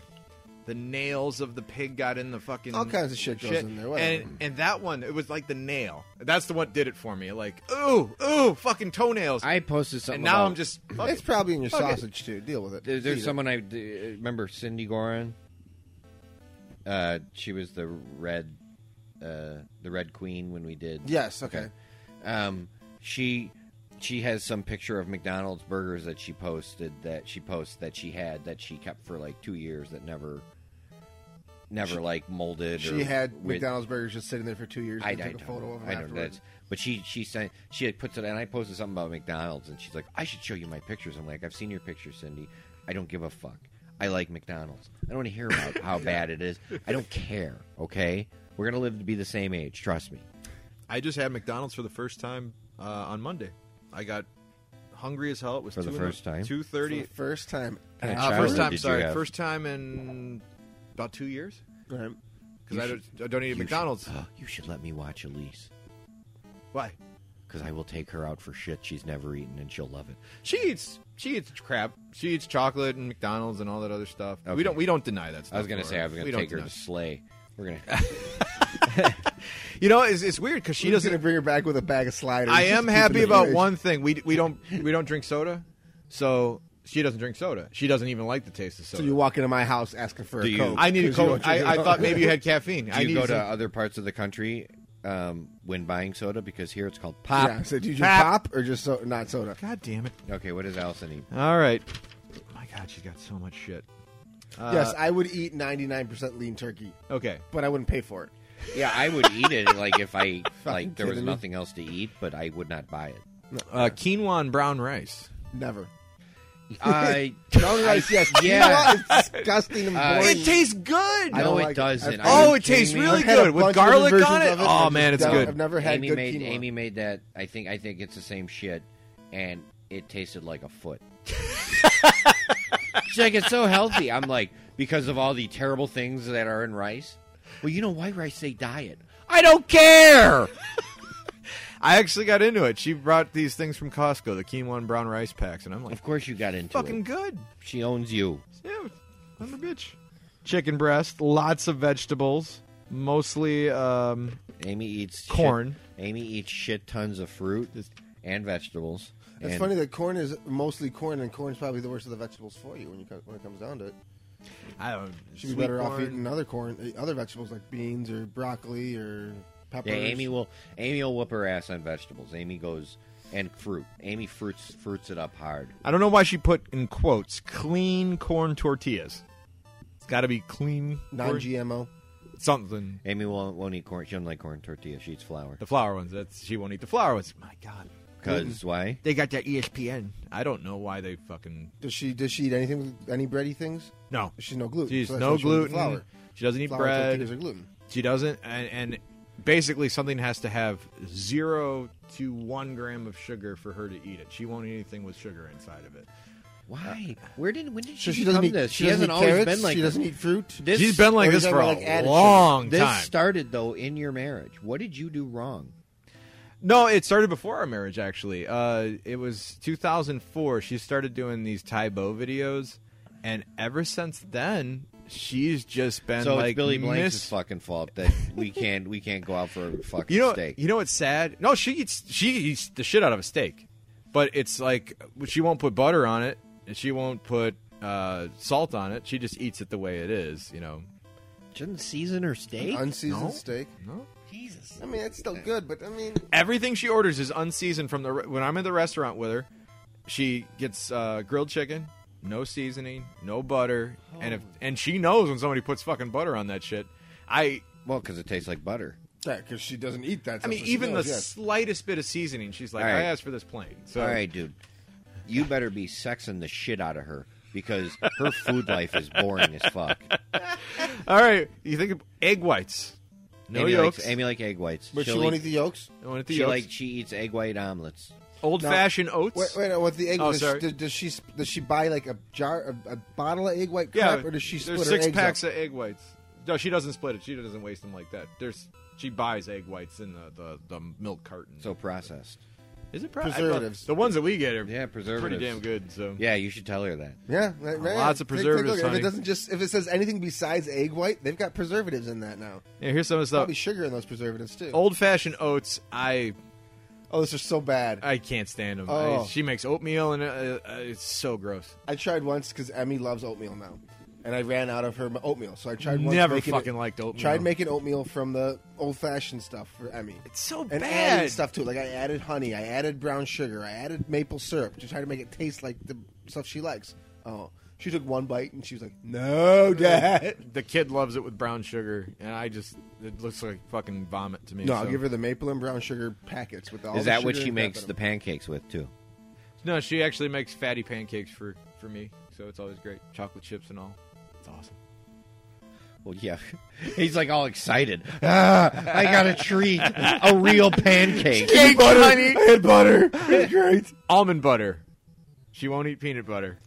the nails of the pig got in the fucking
All kinds of shit goes in there, whatever.
And and that one, it was like the nail. That's the one that did it for me. Like ooh ooh fucking toenails.
I posted something.
and now
about-
I'm just fuck
it's
it.
probably in your
Fuck it.
sausage too. Deal with it.
There- there's
Eat it.
someone I d- remember, Cindy Gorin. Uh, she was the red, uh, the red queen when we did.
Yes. Okay.
Um, she she has some picture of McDonald's burgers that she posted that she posts that she had that she kept for like two years that never never like molded.
She
or
had
with-
McDonald's burgers just sitting there for two years.
I, I
and took
don't-
a photo of them
I don't.
afterwards.
That's, but she she sent she had puts it and I posted something about McDonald's and she's like I should show you my pictures. I'm like I've seen your pictures, Cindy. I don't give a fuck. I like McDonald's. I don't want to
[LAUGHS]
hear about how bad it is. I don't care. Okay, we're gonna live to be the same age. Trust me.
I just had McDonald's for the first time uh, on Monday. I got hungry as hell. It was
For the first time?
two
For the
thirty.
first time.
And a
Uh,
child
first
or
time,
did you
sorry,
have-
first time in about two years
Right.
because I,
You
don't- I don't eat
You
at McDonald's.
Should, uh, you should let me watch Elise
Why?
because I will take her out for shit she's never eaten and she'll love it.
She eats. She eats crap. She eats chocolate and McDonald's and all that other stuff.
Okay.
We don't. We don't deny that stuff.
I was gonna
to
say I was
we
gonna
don't
take her
deny-
to Slay. We're
[LAUGHS]
gonna.
You know, it's, it's weird because she
She was gonna
doesn't.
bring her back with a bag of sliders.
I
Just
am
keep it
happy
in the
about
fridge.
one thing. We
[LAUGHS]
we don't we don't drink soda, so she doesn't drink soda. She doesn't even like the taste of soda.
So you walk into my house asking for
Do
a
you-
coke.
I need a
'cause you
coke.
don't drink
I, I
it.
thought maybe
[LAUGHS]
you had caffeine.
Do
I
you
need
go to
some-
uh,
other parts of the country um, when buying soda? Because here it's called pop.
Yeah. So did you drink pop or just so, not soda?
God damn it!
Okay, what does Allison eat?
All right. My God, she's got so much shit. Uh,
yes, I would eat ninety nine percent lean turkey,
Okay.
but I wouldn't pay for it.
Yeah, I would eat it like if I
[LAUGHS] Fucking
like there was
kidding me.
nothing else to eat,
[LAUGHS]
but I would not buy it.
[LAUGHS] Uh, quinoa and brown rice.
Never.
I
Brown rice, yes.
yeah.
Quinoa is disgusting and
Uh,
boring.
It tastes good.
I
don't
know it
like it. I've-
doesn't. Are you
Oh, it
kidding
tastes
me?
really
I've had a
good with
bunch of
garlic
versions
on it.
of I
Oh
just
man, it's
don't-
good.
I've never had
Amy
good
made
quinoa.
Amy made that. I think I think it's the same shit, and it tasted like
[LAUGHS]
a foot. She's like, it's so healthy. I'm like, because of all the terrible things that are in rice. Well, you know why rice they diet. I don't care.
[LAUGHS] I actually got into it. She brought these things from Costco, the quinoa and brown rice packs, and I'm like,
Of course, you got into
fucking
it.
good.
She owns you.
Yeah, I'm a bitch. Chicken breast, lots of vegetables, mostly. Um,
Amy eats shit-
Corn.
Amy eats shit tons of fruit and vegetables.
It's
and
funny that corn is mostly corn, and corn's probably the worst of the vegetables for you when you co- when it comes down to it.
I don't.
You should be
sweet
better off
corn.
eating other corn, eh, other vegetables like beans or broccoli or peppers.
Yeah, Amy will. Amy will whoop her ass on vegetables. Amy goes and fruit. Amy fruits fruits it up hard.
I don't know why she put in quotes "clean corn tortillas." It's got to be clean corn-
non-GMO.
something.
Amy won't, won't eat corn. She doesn't like corn tortilla. She eats flour.
The flour ones. That's she won't eat the flour ones. My God,
Cause why?
they got that E ESPN. I don't know why they fucking
Does she does she eat anything with any bready things?
no.
She's no gluten.
She's
so that's why
no
she won't eat
gluten.
Flour.
She doesn't eat
Flour
bread.
tortillas are gluten.
She doesn't, and, and basically something has to have zero to one gram of sugar for her to eat it. She won't eat anything with sugar inside of it.
Why? Where did when did
So she
she, become
doesn't eat.
this?
She, doesn't
hasn't
eat
always
carrots,
been like
She
this.
doesn't eat fruit.
This-
She's been like
or
this
is that
for
like
a
added sugar?
long
This
time.
started though in your marriage. What did you do wrong?
no, it started before our marriage. Actually, uh, it was 2004. She started doing these Taibo videos, and ever since then, she's just been
so
like
it's Billy Blanks'
miss-
fucking fault
[LAUGHS]
that we can't we can't go out for a fucking
You know,
steak.
you know what's sad? No, she eats she eats the shit out of a steak, but it's like she won't put butter on it, and she won't put uh, salt on it. She just eats it the way it is. You know,
Shouldn't season her steak?
Unseasoned
No.
steak.
no.
Jesus.
I mean, it's still good, but I mean,
Everything she orders is unseasoned from the. Re- when I'm in the restaurant with her, she gets uh, grilled chicken, no seasoning, no butter, and if and she knows when somebody puts fucking butter on that shit. I
Well, because it tastes like butter.
yeah, because she doesn't eat that.
I
stuff,
mean,
but she
even the
knows, yes.
slightest bit of seasoning, she's like,
All
I
right.
asked for this plain. So
All right, dude. You better be sexing the shit out of her because her food life is boring as fuck.
All right, you think of egg whites, no
Amy
yolks.
likes Amy like egg whites.
but she
She'll
won't
eat-
eat the yolks.
I want it to
she
yolks.
like she eats egg white omelets.
old fashioned oats.
Wait, wait, no, with the egg,
Oh,
does,
sorry.
Does, does she does she buy like a jar, a, a bottle of egg white
yeah,
crap, or does she split
there's
her
six
eggs
packs
up?
of egg whites. No, she doesn't split it. She doesn't waste them like that. There's she buys egg whites in the the, the milk carton.
So processed.
is it pro- I thought-
preservatives.
The ones that we get are
Yeah,
pretty
preservatives.
damn good. So
Yeah, you should tell her that.
Yeah, right, right.
Lots of
Take- take a
preservatives,
look. If
honey.
it doesn't just if it says anything besides egg white, they've got preservatives in that now.
Yeah, here's some of the stuff.
Probably sugar in those preservatives too. Oh,
Old fashioned oats. I
those are so bad.
I can't stand them.
Oh.
she makes oatmeal and uh, uh, it's so gross.
I tried once because Emmy loves oatmeal now, and I ran out of her m- oatmeal, so I tried once
Never
making
fucking
it-
liked oatmeal.
Tried making oatmeal from the old fashioned stuff for Emmy.
It's so
and
bad.
adding stuff to it. Like I added honey, I added brown sugar, I added maple syrup to try to make it taste like the stuff she likes. Oh, she took one bite and she was like,
[LAUGHS]
"No, Dad."
The kid loves it with brown sugar, and I just it looks like fucking vomit to me.
No, I'll
so-
give her the maple and brown sugar packets with all.
Is
the
that what
sugar
she
and crap
makes
in
the
them.
pancakes with too?
No, she actually makes fatty pancakes for for me, so it's always great. Chocolate chips and all. It's awesome.
Well, yeah. [LAUGHS] He's like all excited. Ah, I got a treat, a real [LAUGHS] pancake.
butter. I had butter. It's great. Almond butter. She won't eat peanut butter.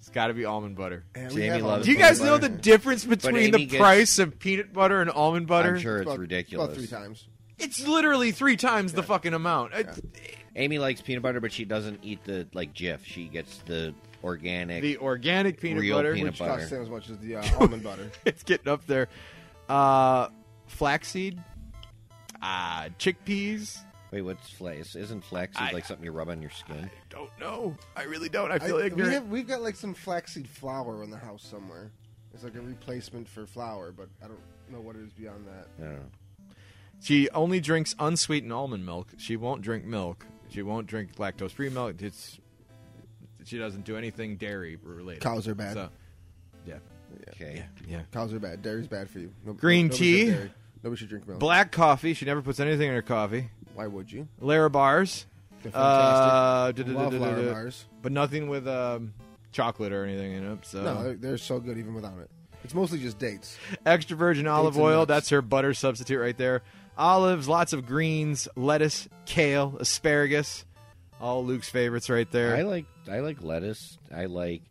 It's got to be almond butter.
And we
Jamie
have all
loves
Do you
Peanut
guys know
butter.
the difference between the
Amy gets-
price of peanut butter and almond butter?
I'm sure
about-
it's ridiculous.
About three times.
It's literally three times the fucking amount. I-
Amy likes peanut butter, but she doesn't eat the like Jif. She gets the organic.
The organic peanut
Real
butter,
peanut
which
butter.
Costs the same as much as the
[LAUGHS]
uh, almond butter.
it's getting up there. Uh, flaxseed, uh, chickpeas.
Wait, what's flax? Isn't flax
I-
like something you rub on your skin?
Don't know. I really don't. I
I,
feel
we
ignorant.
have, we've got like some flaxseed flour in the house somewhere. It's like a replacement for flour, but I don't know what it is beyond that.
I don't know.
She only drinks unsweetened almond milk. She won't drink milk. She won't drink lactose free milk. It's she doesn't do anything dairy related.
Cows are bad.
So, yeah,
Okay.
yeah.
Cows are bad. Dairy's bad for you. No,
Green
nobody should
tea?
have dairy. Nobody should drink milk.
Black coffee. She never puts anything in her coffee.
Why would you?
Lara bars.
They're fantastic.
Uh,
I love Lara
duh-duh-duh-duh-duh.
bars.
But nothing with um, chocolate or anything in it. So
No, they're, they're so good even without it. It's mostly just dates.
extra virgin olive
and
oil.
nuts.
That's her butter substitute right there. Olives, lots of greens, lettuce, kale, asparagus. All Luke's favorites right there.
I like I like lettuce. I like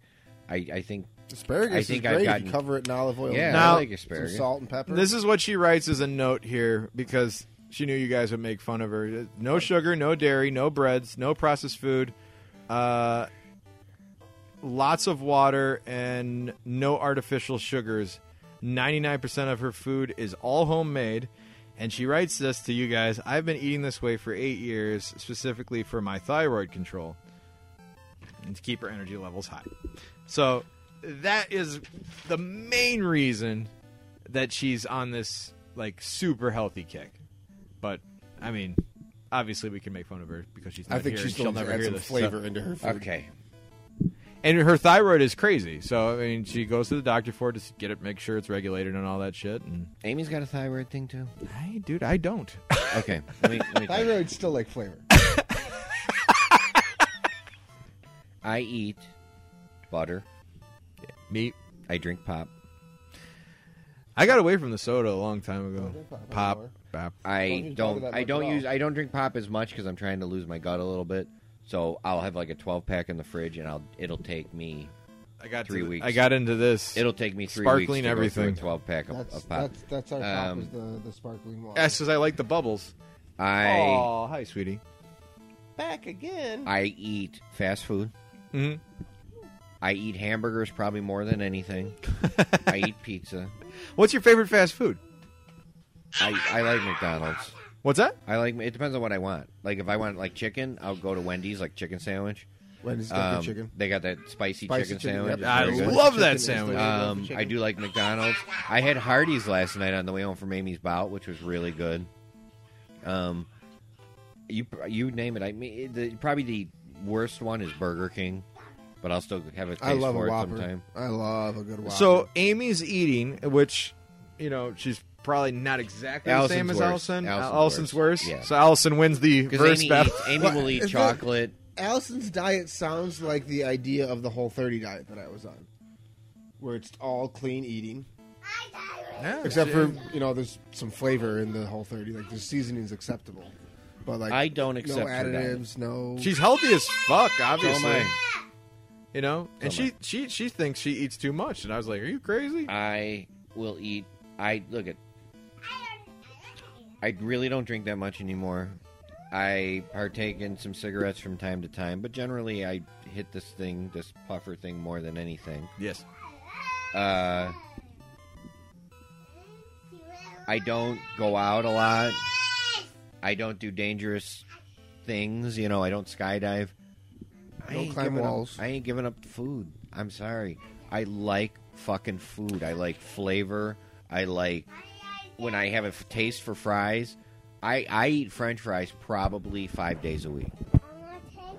I I think
Asparagus
I
is
think I've
great. if
gotten-
you cover it in olive oil.
yeah
and
Now-
I like
some
asparagus.
salt and pepper.
This is what she writes as a note here because she knew you guys would make fun of her. No sugar, no dairy, no breads, no processed food, uh, lots of water, and no artificial sugars. 99% of her food is all homemade. And she writes this to you guys I've been eating this way for eight years, specifically for my thyroid control and to keep her energy levels high. So that is the main reason that she's on this like super healthy kick. But I mean, obviously we can make fun of her because she's not
I think
here
she's
and
still
she'll
needs to
never
add
hear
some
this. so-
[LAUGHS] flavor into her food.
Okay,
And her thyroid is crazy, so I mean, she goes to the doctor for it to get it, make sure it's regulated and all that shit. And
Amy's got a thyroid thing too.
hey, dude, I don't. [LAUGHS]
[LAUGHS]
Okay, let me, let me tell you.
Thyroid still like flavor.
I eat butter.
Meat.
I drink pop.
I got away from the soda a long time ago.
drink pop
Pop,
anymore.
pop.
Don't
I
use butter
don't.
that
I
much
don't
at all.
use. I don't drink pop as much because I'm trying to lose my gut a little bit. So I'll have like a 12 pack in the fridge, and I'll. It'll take me.
I got to
Three
the-
weeks.
I got into this.
It'll take me three
Sparkling
weeks to go through
everything.
a 12 pack of,
That's
of pop.
that's that's our pop
Um,
is the the sparkling water.
That's because I like the bubbles.
I
oh, hi, sweetie.
I eat fast food.
Mhm.
I eat hamburgers probably more than
[LAUGHS]
anything. I eat pizza.
What's your favorite fast food?
I, I like McDonald's.
What's that?
I like. It depends on what I want. Like if I want like chicken, I'll go to Wendy's like chicken sandwich.
Wendy's got good
Um,
chicken.
They got that spicy,
Spicy
chicken,
chicken,
sandwich.
yep.
It's
I
very good.
Spicy
love
chicken
that
is the
sandwich.
way to go for
Um, I
chicken.
do like McDonald's. I had Hardee's last night on the way home from Amy's bout, which was really good. Um, you you name it. I mean, the, probably the worst one is Burger King, but I'll still have a taste
I love
for
a
it
Whopper.
sometime.
I love a good Whopper.
So Amy's eating, which you know she's probably not exactly the
Allison's
same as
worse.
Allison.
Allison's
Allison's
worse.
worse.
Yeah.
So Allison wins the
Because
verse
Amy,
battle. [LAUGHS]
eats- Amy
What?
will eat
Is that-
chocolate.
Allison's diet sounds like the idea of the whole 30 diet that I was on, where it's all clean eating,
Yeah,
except for you know there's some flavor in the whole 30. Like the seasoning's acceptable, but like
I don't
no
accept her diet.
additives, no.
she's healthy as fuck,
So am
obviously.
I.
You know, and
So am
she she she thinks she eats too much, and I was like, "Are you crazy?"
I will eat. I look at. I really don't drink that much anymore. I partake in some cigarettes from time to time, but generally I hit this thing, this puffer thing, more than anything.
yes.
Uh, I don't go out a lot. I don't do dangerous things. You know, I don't skydive. I
Don't
ain't
climb
giving up-
walls.
I ain't giving up food. I'm sorry. I like fucking food. I like flavor. I like when I have a f- taste for fries. I, I eat French fries probably five days a week.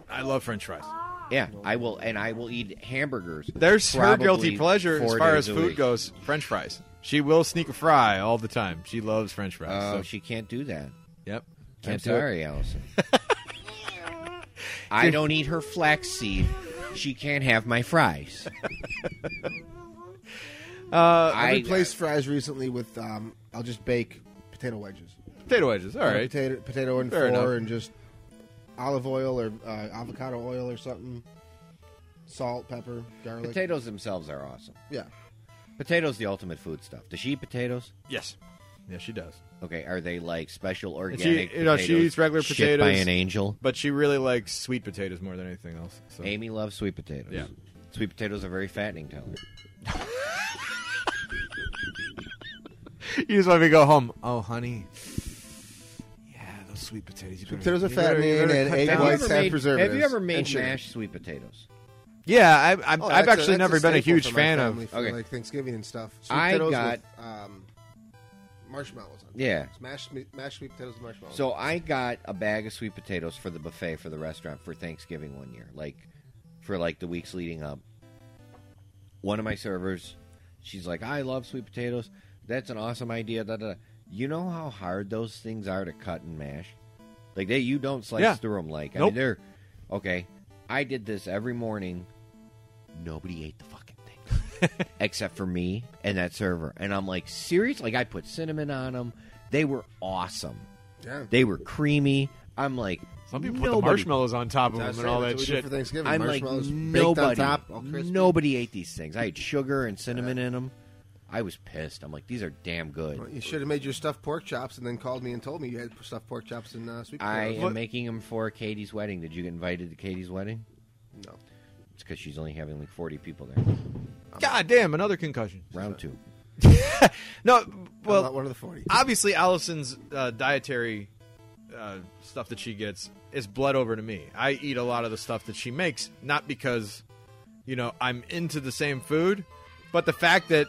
I love French fries.
Yeah, I will, and I will eat hamburgers.
There's her
probably
guilty pleasure as
four
far
days
as
a
food
week.
goes. French fries. She will sneak a fry all the time. She loves French fries.
Oh,
so,
she can't do that.
yep.
Oh. I'm
Can't do it. [LAUGHS]
sorry, Allison. I don't eat her flaxseed. She can't have
[LAUGHS]
my fries.
Uh,
I
I
replaced fries recently with um, I'll just bake potato wedges,
potato wedges. All right.
potato potato and
Fair
flour
enough.
and just olive oil or uh, avocado oil or something, salt, pepper, garlic.
Potatoes themselves are awesome.
Yeah,
Potatoes, the ultimate food stuff. Does she eat potatoes?
Yes. Yeah, she does.
Okay, are they like special
she-
organic?
you know, she
potatoes
eats regular
shit by
potatoes.
an angel.
But she really likes sweet potatoes more than anything else. So.
Amy loves sweet potatoes.
Oh. Yeah.
Sweet potatoes are very fattening. Tell her.
You just want me to go home. Oh, honey. Yeah, those sweet potatoes. You better-
potatoes are
you better-
fattening
you
and
better cut
egg
down.
whites
ever
have
made,
preservatives.
have you ever
and
made
sugar.
mashed sweet potatoes?
Yeah, I, I'm,
Oh,
I've
that's a-
actually
that's
never been a
staple
huge
for my
fan
family
of.
for,
Okay.
like Thanksgiving and stuff. Sweet
I
potatoes
got-
with, um, marshmallows on. it.
Yeah.
It's mashed me- mashed sweet potatoes with marshmallows.
So I got a bag of sweet potatoes for the buffet for the restaurant for Thanksgiving one year, like for like the weeks leading up. One of my servers, she's like, "I love sweet potatoes. That's an awesome idea." Da, da, da. You know how hard those things are to cut and mash. Like they, you don't slice
Yeah.
through them. Like I
Nope.
mean, they're okay. I did this every morning Nobody ate the fucking thing except for me and that server. And I'm like, serious? Like I put cinnamon on them. They were awesome.
Yeah.
They were creamy. I'm like,
Some people put the
nobody
marshmallows on top of them and all that
That's what we did
shit.
for Thanksgiving.
I'm like
marshmallows baked on
nobody,
top, all crispy.
nobody ate these things. I
[LAUGHS]
had sugar and cinnamon in them. I was pissed. I'm like, these are damn good.
You should have made your stuffed pork chops and then called me and told me you had stuffed pork chops and uh, sweet
I
potatoes.
am making them for Katie's wedding. Did you get invited to Katie's wedding?
no.
It's because she's only having like 40 people there.
God damn, another concussion.
Round two.
No,
Well,
well,
one of the forty.
obviously Allison's uh, dietary uh, stuff that she gets is bled over to me. I eat a lot of the stuff that she makes, not because you know I'm into the same food, but the fact that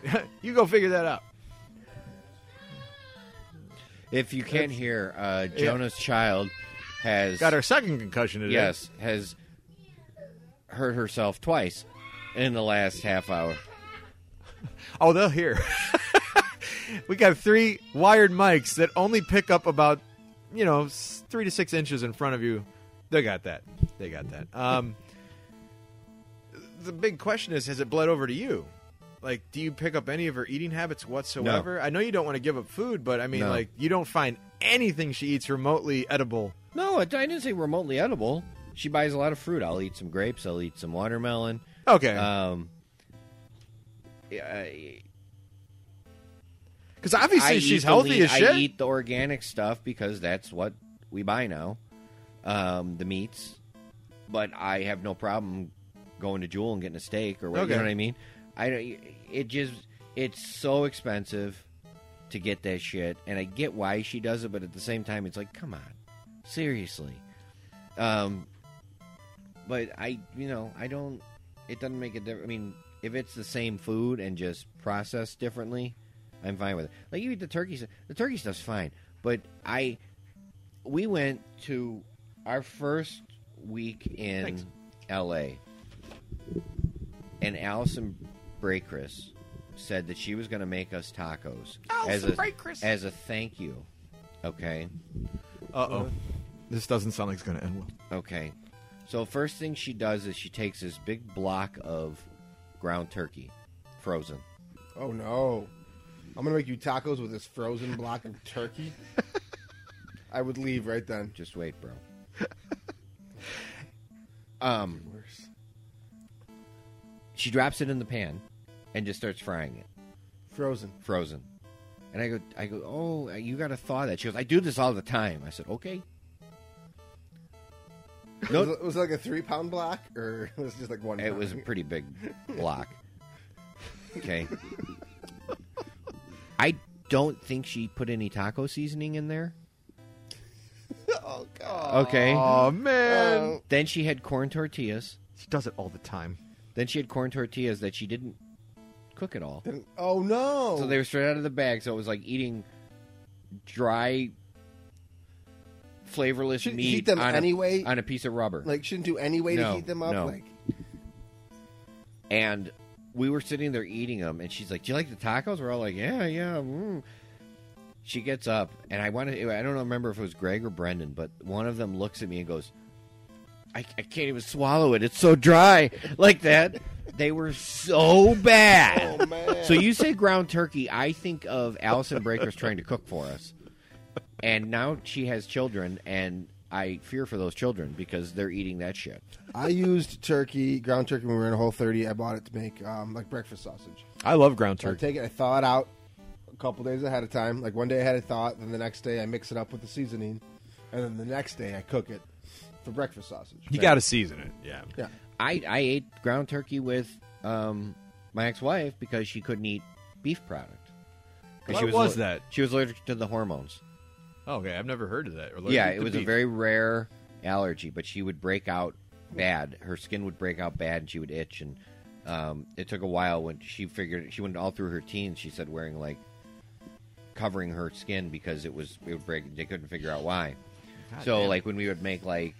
[LAUGHS] you go figure that out.
If you can't hear, uh, Jonah's child has
Got her second concussion today.
yes has hurt herself twice in the last half hour.
Oh, they'll hear. [LAUGHS] we got three wired mics that only pick up about, you know, s- three to six inches in front of you. They got that. They got that. Um, the big question is, has it bled over to you? Like, do you pick up any of her eating habits whatsoever? I know you don't want to give up food, but I mean,
No.
like, you don't find anything she eats remotely edible.
No, I I didn't say remotely edible. She buys a lot of fruit. I'll eat some grapes. I'll eat some watermelon.
Okay.
Um, I,
Because obviously
I eat
she's
the
healthy
lean-
as shit.
I eat the organic stuff because that's what we buy now, um, the meats. But I have no problem going to Jewel and getting a steak or what
Okay.
you know what I mean. I don't. It just it's so expensive to get that shit, and I get why she does it, but at the same time, it's like, come on, seriously. Um, but I, you know, I don't. It doesn't make a difference. I mean, if it's the same food and just processed differently, I'm fine with it. Like you eat the turkey, stu- the turkey stuff's fine. But I, we went to our first week in
Thanks.
L.A. and Allison Breakris said that she was going to make us tacos as a as a thank you. Okay.
Uh oh. This doesn't sound like it's going to end well.
Okay. So first thing she does is she takes this big block of ground turkey, frozen.
Oh no! I'm gonna make you tacos with this frozen block of
[LAUGHS]
turkey. I would leave right then.
Just wait, bro. um, she drops it in the pan and just starts frying it,
Frozen.
frozen. And I go, I go, oh, you got to thaw that. She goes, I do this all the time. I said, okay.
Was, it, was it like a three pound block, or [LAUGHS] was it just like one?
It
pound?
was a [LAUGHS] pretty big block. Okay. I don't think she put any taco seasoning in there.
oh god!
Okay.
Oh, man.
Then she had corn tortillas.
she does it all the time.
Then she had corn tortillas that she didn't cook at all.
Then- oh no!
So they were straight out of the bag. So it was like eating dry, flavorless
Should
meat
heat them
on,
anyway?
a, on a piece of rubber.
like shouldn't do any way to
No,
heat them up.
no.
Like
and we were sitting there eating them and she's like do you like the tacos we're all like yeah yeah mm. she gets up and i want to i don't remember if it was greg or brendan but one of them looks at me and goes i, I can't even swallow it it's so dry [LAUGHS] like that they were so bad
Oh, man.
so you say ground turkey i think of allison breakers trying to cook for us and now she has children and i fear for those children because they're eating that shit
I used turkey, ground turkey when we were in a whole thirty. I bought it to make um, like breakfast sausage.
I love ground
So I take it, I thaw it out a couple days ahead of time. Like one day I had it thawed, then the next day I mix it up with the seasoning, and then the next day I cook it for breakfast sausage.
You got to season it. Yeah.
Yeah.
I, I ate ground turkey with um, my ex-wife because she couldn't eat beef product. 'Cause
What was
aller-
that?
She was allergic to the hormones.
Oh, okay, I've never heard of that. Or
yeah,
like
it
the
was a
beef.
very rare allergy, but she would break out bad. Her skin would break out bad, and she would itch. And um, it took a while when she figured she went all through her teens. She said wearing like covering her skin because it was it would break. They couldn't figure out why. so like when we would make like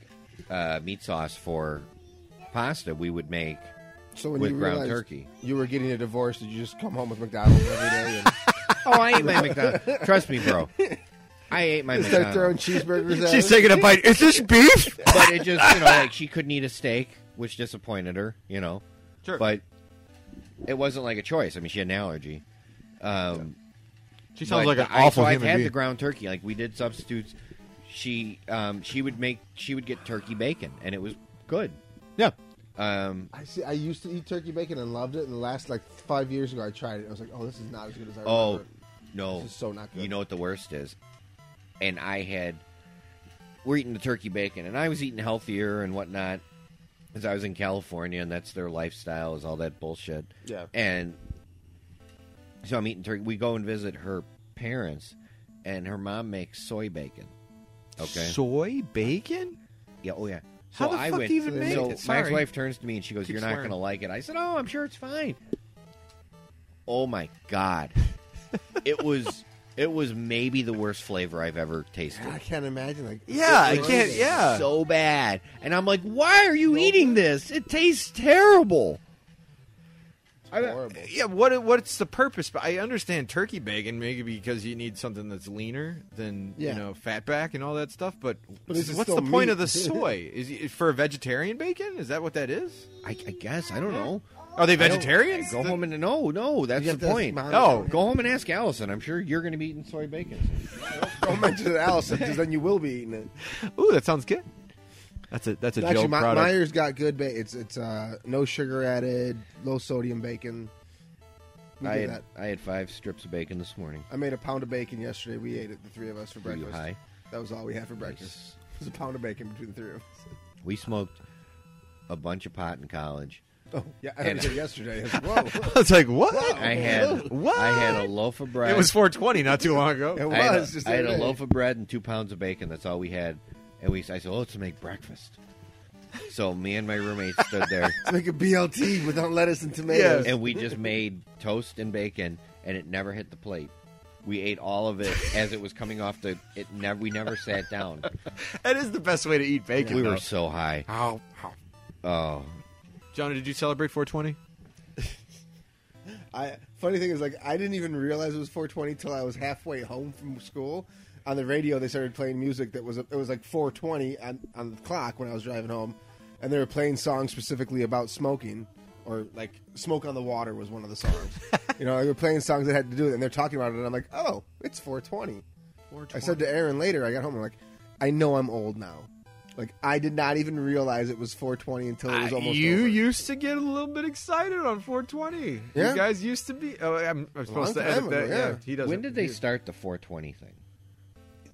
uh, meat sauce for pasta, we would make
So when
With
you
ground
realized
turkey.
you were getting a divorce, did you just come home with McDonald's every day
[LAUGHS]
and
Oh, I ate my McDonald's. Trust me, bro. I ate my
start
McDonald's.
throwing cheeseburgers at
[LAUGHS] She's
us?
taking a bite. Is this beef?
But it just, you know, like she couldn't eat a steak which disappointed her, you know.
[LAUGHS] Sure.
But it wasn't like a choice. I mean, she had an allergy. Um,
She sounds
but
like an
I,
awful
so I've
human
had
being.
the ground turkey. Like we did substitutes. She um, she would make she would get turkey bacon, and it was good.
yeah.
Um,
I see. I used to eat turkey bacon and loved it. And the last like five years ago, I tried it. I was like, oh, this is not as good as I remember.
oh no,
This is so not good.
You know what the worst is? And I had we're eating the turkey bacon, and I was eating healthier and whatnot, because I was in California, and that's their lifestyle is all that bullshit.
Yeah.
And so I'm eating turkey. We go and visit her parents, and her mom makes soy bacon. Okay.
Soy bacon?
yeah. Oh yeah.
How the
I
fuck
went,
do you even make
so
it?
my
Sorry.
ex-wife turns to me and she goes,
Keep
"You're not
swearing.
going to like it." I said, "Oh, I'm sure it's fine." Oh my
[LAUGHS]
god, it was it was maybe the worst flavor I've ever tasted.
I can't imagine. Like,
Yeah, I
It was
can't. Yeah.
so bad. And I'm like, why are you eating this? It tastes terrible.
It's horrible.
yeah. What? What's the purpose? But I understand turkey bacon maybe because you need something that's leaner than
Yeah.
you know fatback and all that stuff. But,
But this is
what's
still
the point
meat.
of [LAUGHS] the soy? Is it for a vegetarian bacon? Is that what that is?
[LAUGHS] I, I guess I don't know.
Are they
I don't-
vegetarians?
Go home and no, no. That's
You
the
got to
point.
ask Mom.
Oh,
Go home and ask Allison. I'm sure you're going to be eating soy bacon.
Don't mention
[LAUGHS]
it, Allison, because then you will be eating it.
Ooh, that sounds good. That's a that's a
Actually,
Joe
my,
product. [LAUGHS]
Meyer's got good bacon. It's it's uh, no sugar added, low sodium bacon. We
I
did
had
that.
I had five strips of bacon this morning.
I made a pound of bacon yesterday. We ate it, the three of us, for
Were you
breakfast.
high?
That was all we had for breakfast. [LAUGHS] It was a pound of bacon between the three of us.
We smoked a bunch of pot in college.
Oh, yeah, I had
And- [LAUGHS]
it yesterday. I was like, Whoa, [LAUGHS]
I was like, what?
I had
What?
I had a loaf of bread.
it was 420 not too long
[LAUGHS]
ago.
it was
I had, a,
just
I had a
that day.
loaf of bread and two pounds of bacon. That's all we had. And we I said, "Oh, let's make breakfast." So me and my roommate stood
[LAUGHS]
there,
Let's make a BLT without lettuce and tomatoes.
and we just made toast and bacon, and it never hit the plate. We ate all of it as it was coming off the. It never. We never sat down.
That is the best way to eat bacon.
We
though.
were so high.
Ow, ow.
Oh,
Johnny, did you celebrate 420?
I funny thing is like I didn't even realize it was 420 till I was halfway home from school. On the radio, they started playing music that was it was like 420 on, on the clock when I was driving home, and they were playing songs specifically about smoking or like "Smoke on the Water" was one of the songs. you know, they were playing songs that had to do with it, and they're talking about it, and I'm like, oh, it's 420. I said to Aaron later, I got home, I'm like, I know I'm old now. Like I did not even realize it was 420 until it was
Uh,
almost
you
over.
used to get a little bit excited on 420.
Yeah.
You guys used to be. Oh, I'm, I'm supposed to
time
edit that.
ago,
yeah.
yeah.
he doesn't.
when did they start the 420 thing?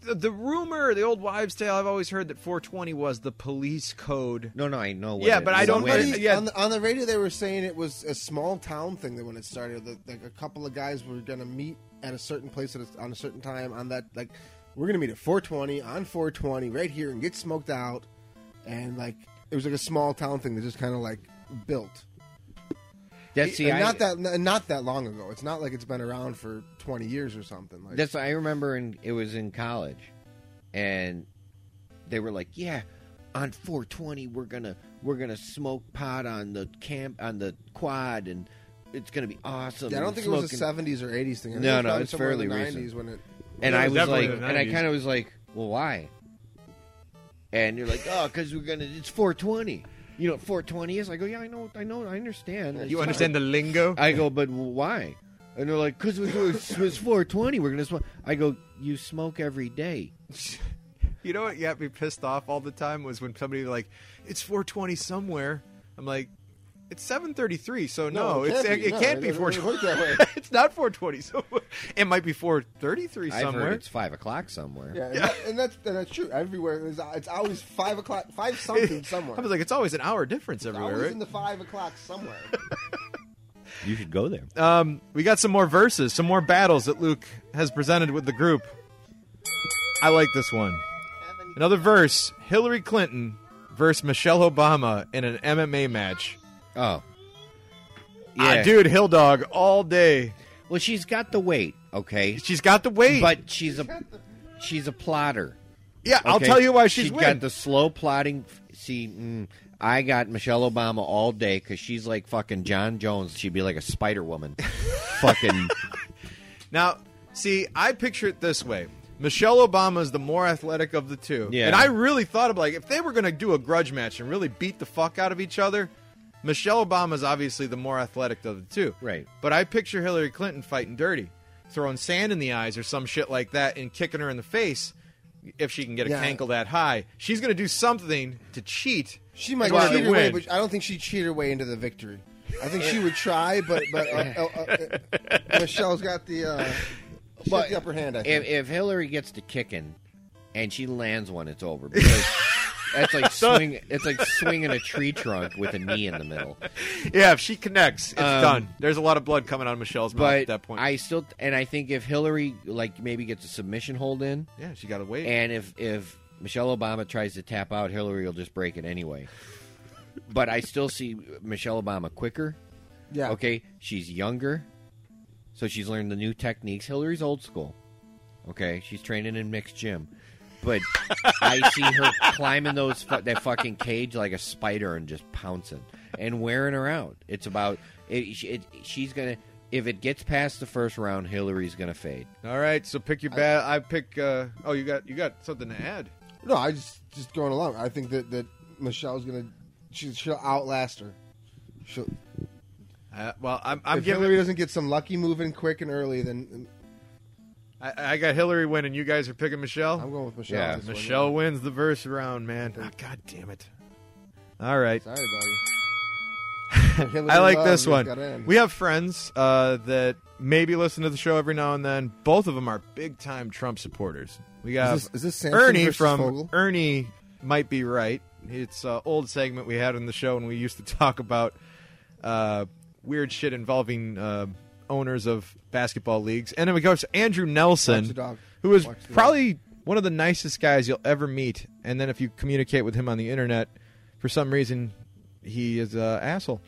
The, the rumor, the old wives' tale. I've always heard that 420 was the police code.
No, no, I know. When
Yeah,
it-
but I don't-
when-
Somebody,
but- yeah.
on, the, on the radio, they were saying it was a small town thing that when it started, that like a couple of guys were going to meet at a certain place at a, on a certain time on that like we're going to meet at 420 on 420 right here and get smoked out, and like it was like a small town thing that just kind of like built.
That's see,
and
I,
not that n- not that long ago. It's not like it's been around for 20 years or something. Like
That's I remember, and it was in college, and they were like, "Yeah, on 420, we're gonna we're gonna smoke pot on the camp on the quad, and it's gonna be awesome."
yeah, I don't
and
think it was a
smoking."
70s or 80s thing. I think it
No,
was
no,
probably
it's
somewhere in
fairly
the 90s
recent.
when it.
And
Yeah, it
I
was
was
definitely
like,
the
and I
90s.
kind of was like, "Well, why?" And you're like, "Oh, because we're gonna it's 420." You know what 420 is? I go, "Yeah, I know, I know, I understand." It's
You
fine."
understand the lingo?
I go, but why? And they're like, because it was, it was 420. We're gonna smoke. I go, you smoke every day.
You know what got me pissed off all the time was when somebody was like, "It's 420 somewhere." I'm like, "It's 7:33, so no, it's
can't
it,
be.
it
No,
can't be
doesn't really
420.
[LAUGHS]
work that way.
[LAUGHS]
[LAUGHS]
it's not 420 somewhere. [LAUGHS] It might be 4:33
I've
somewhere."
heard it's five o'clock somewhere.
Yeah, and, that- and that's and that's true. Everywhere it's, it's always five o'clock, five
[LAUGHS]
something somewhere.
I was like, "It's always an hour difference
It's
everywhere."
always
Right?
in the five o'clock somewhere.
You should go there.
um, we got some more verses, some more battles that Luke has presented with the group. I like this one. Another verse: Hillary Clinton versus Michelle Obama in an MMA match.
Oh,
Ah, dude, Hill Dog all day.
Well, she's got the weight, okay,
She's got the weight,
but she's a she's a plotter.
yeah, I'll
okay?
tell you why she's
she
winning.
got the slow plotting. See, mm, I got Michelle Obama all day because she's like fucking John Jones. She'd be like
[LAUGHS]
a Spider Woman, fucking.
Now, see, I picture it this way. Michelle Obama is the more athletic of the two.
Yeah.
And I really thought about like if they were going to do a grudge match and really beat the fuck out of each other, Michelle Obama is obviously the more athletic of the two.
Right.
But I picture Hillary Clinton fighting dirty, throwing sand in the eyes or some shit like that and kicking her in the face if she can get a
Yeah.
cankle that high. She's going to do something to cheat.
[LAUGHS] She might
in order
cheat
to
her way,
win.
but I don't think she'd cheat her way into the victory. I think she would try, but [LAUGHS] but uh, uh, uh, Michelle's got the uh, she's got the upper hand. I
If,
think.
if Hillary gets to kicking and she lands one, it's over.
[LAUGHS]
Because that's like swing. It's like swinging a tree trunk with a knee in the middle.
Yeah, if she connects, it's
Um,
done. There's a lot of blood coming out of Michelle's mouth
But
at that point.
I still, and I think if Hillary like maybe gets a submission hold in,
yeah, she got to wait.
and if if Michelle Obama tries to tap out, Hillary will just break it anyway. But I still see Michelle Obama quicker.
yeah.
Okay, she's younger, so she's learned the new techniques. Hillary's old school. Okay, she's training in mixed gym, but I see her climbing those fu- that fucking cage like a spider and just pouncing and wearing her out. It's about it, she- it, she's gonna if it gets past the first round, Hillary's gonna fade.
All right, so pick your bad. I pick. Uh, oh, you got you got something to add.
No, I just just going along. I think that that Michelle's gonna she, she'll outlast her. She'll,
Uh, well, I'm, I'm
if
giving.
Hillary doesn't get some lucky move in quick and early, then
I, I got Hillary winning. You guys are picking Michelle.
I'm going with Michelle.
Yeah,
on this one.
Michelle wins the verse round, man. Ah, God damn it! All right,
Sorry,
[LAUGHS]
buddy. Hillary
I like
Love
this
has gotta
one.
end.
We have friends uh, that maybe listen to the show every now and then. Both of them are big time Trump supporters. We got
this- is this Sampson
Ernie
versus
from
Fogel?
Ernie might be right. It's an old segment we had on the show, and we used to [LAUGHS] talk about uh, weird shit involving uh, owners of basketball leagues. And then we go to Andrew Nelson,
Watch the dog.
who is
Watch the dog.
probably one of the nicest guys you'll ever meet. And then if you communicate with him on the internet, for some reason, he is a asshole.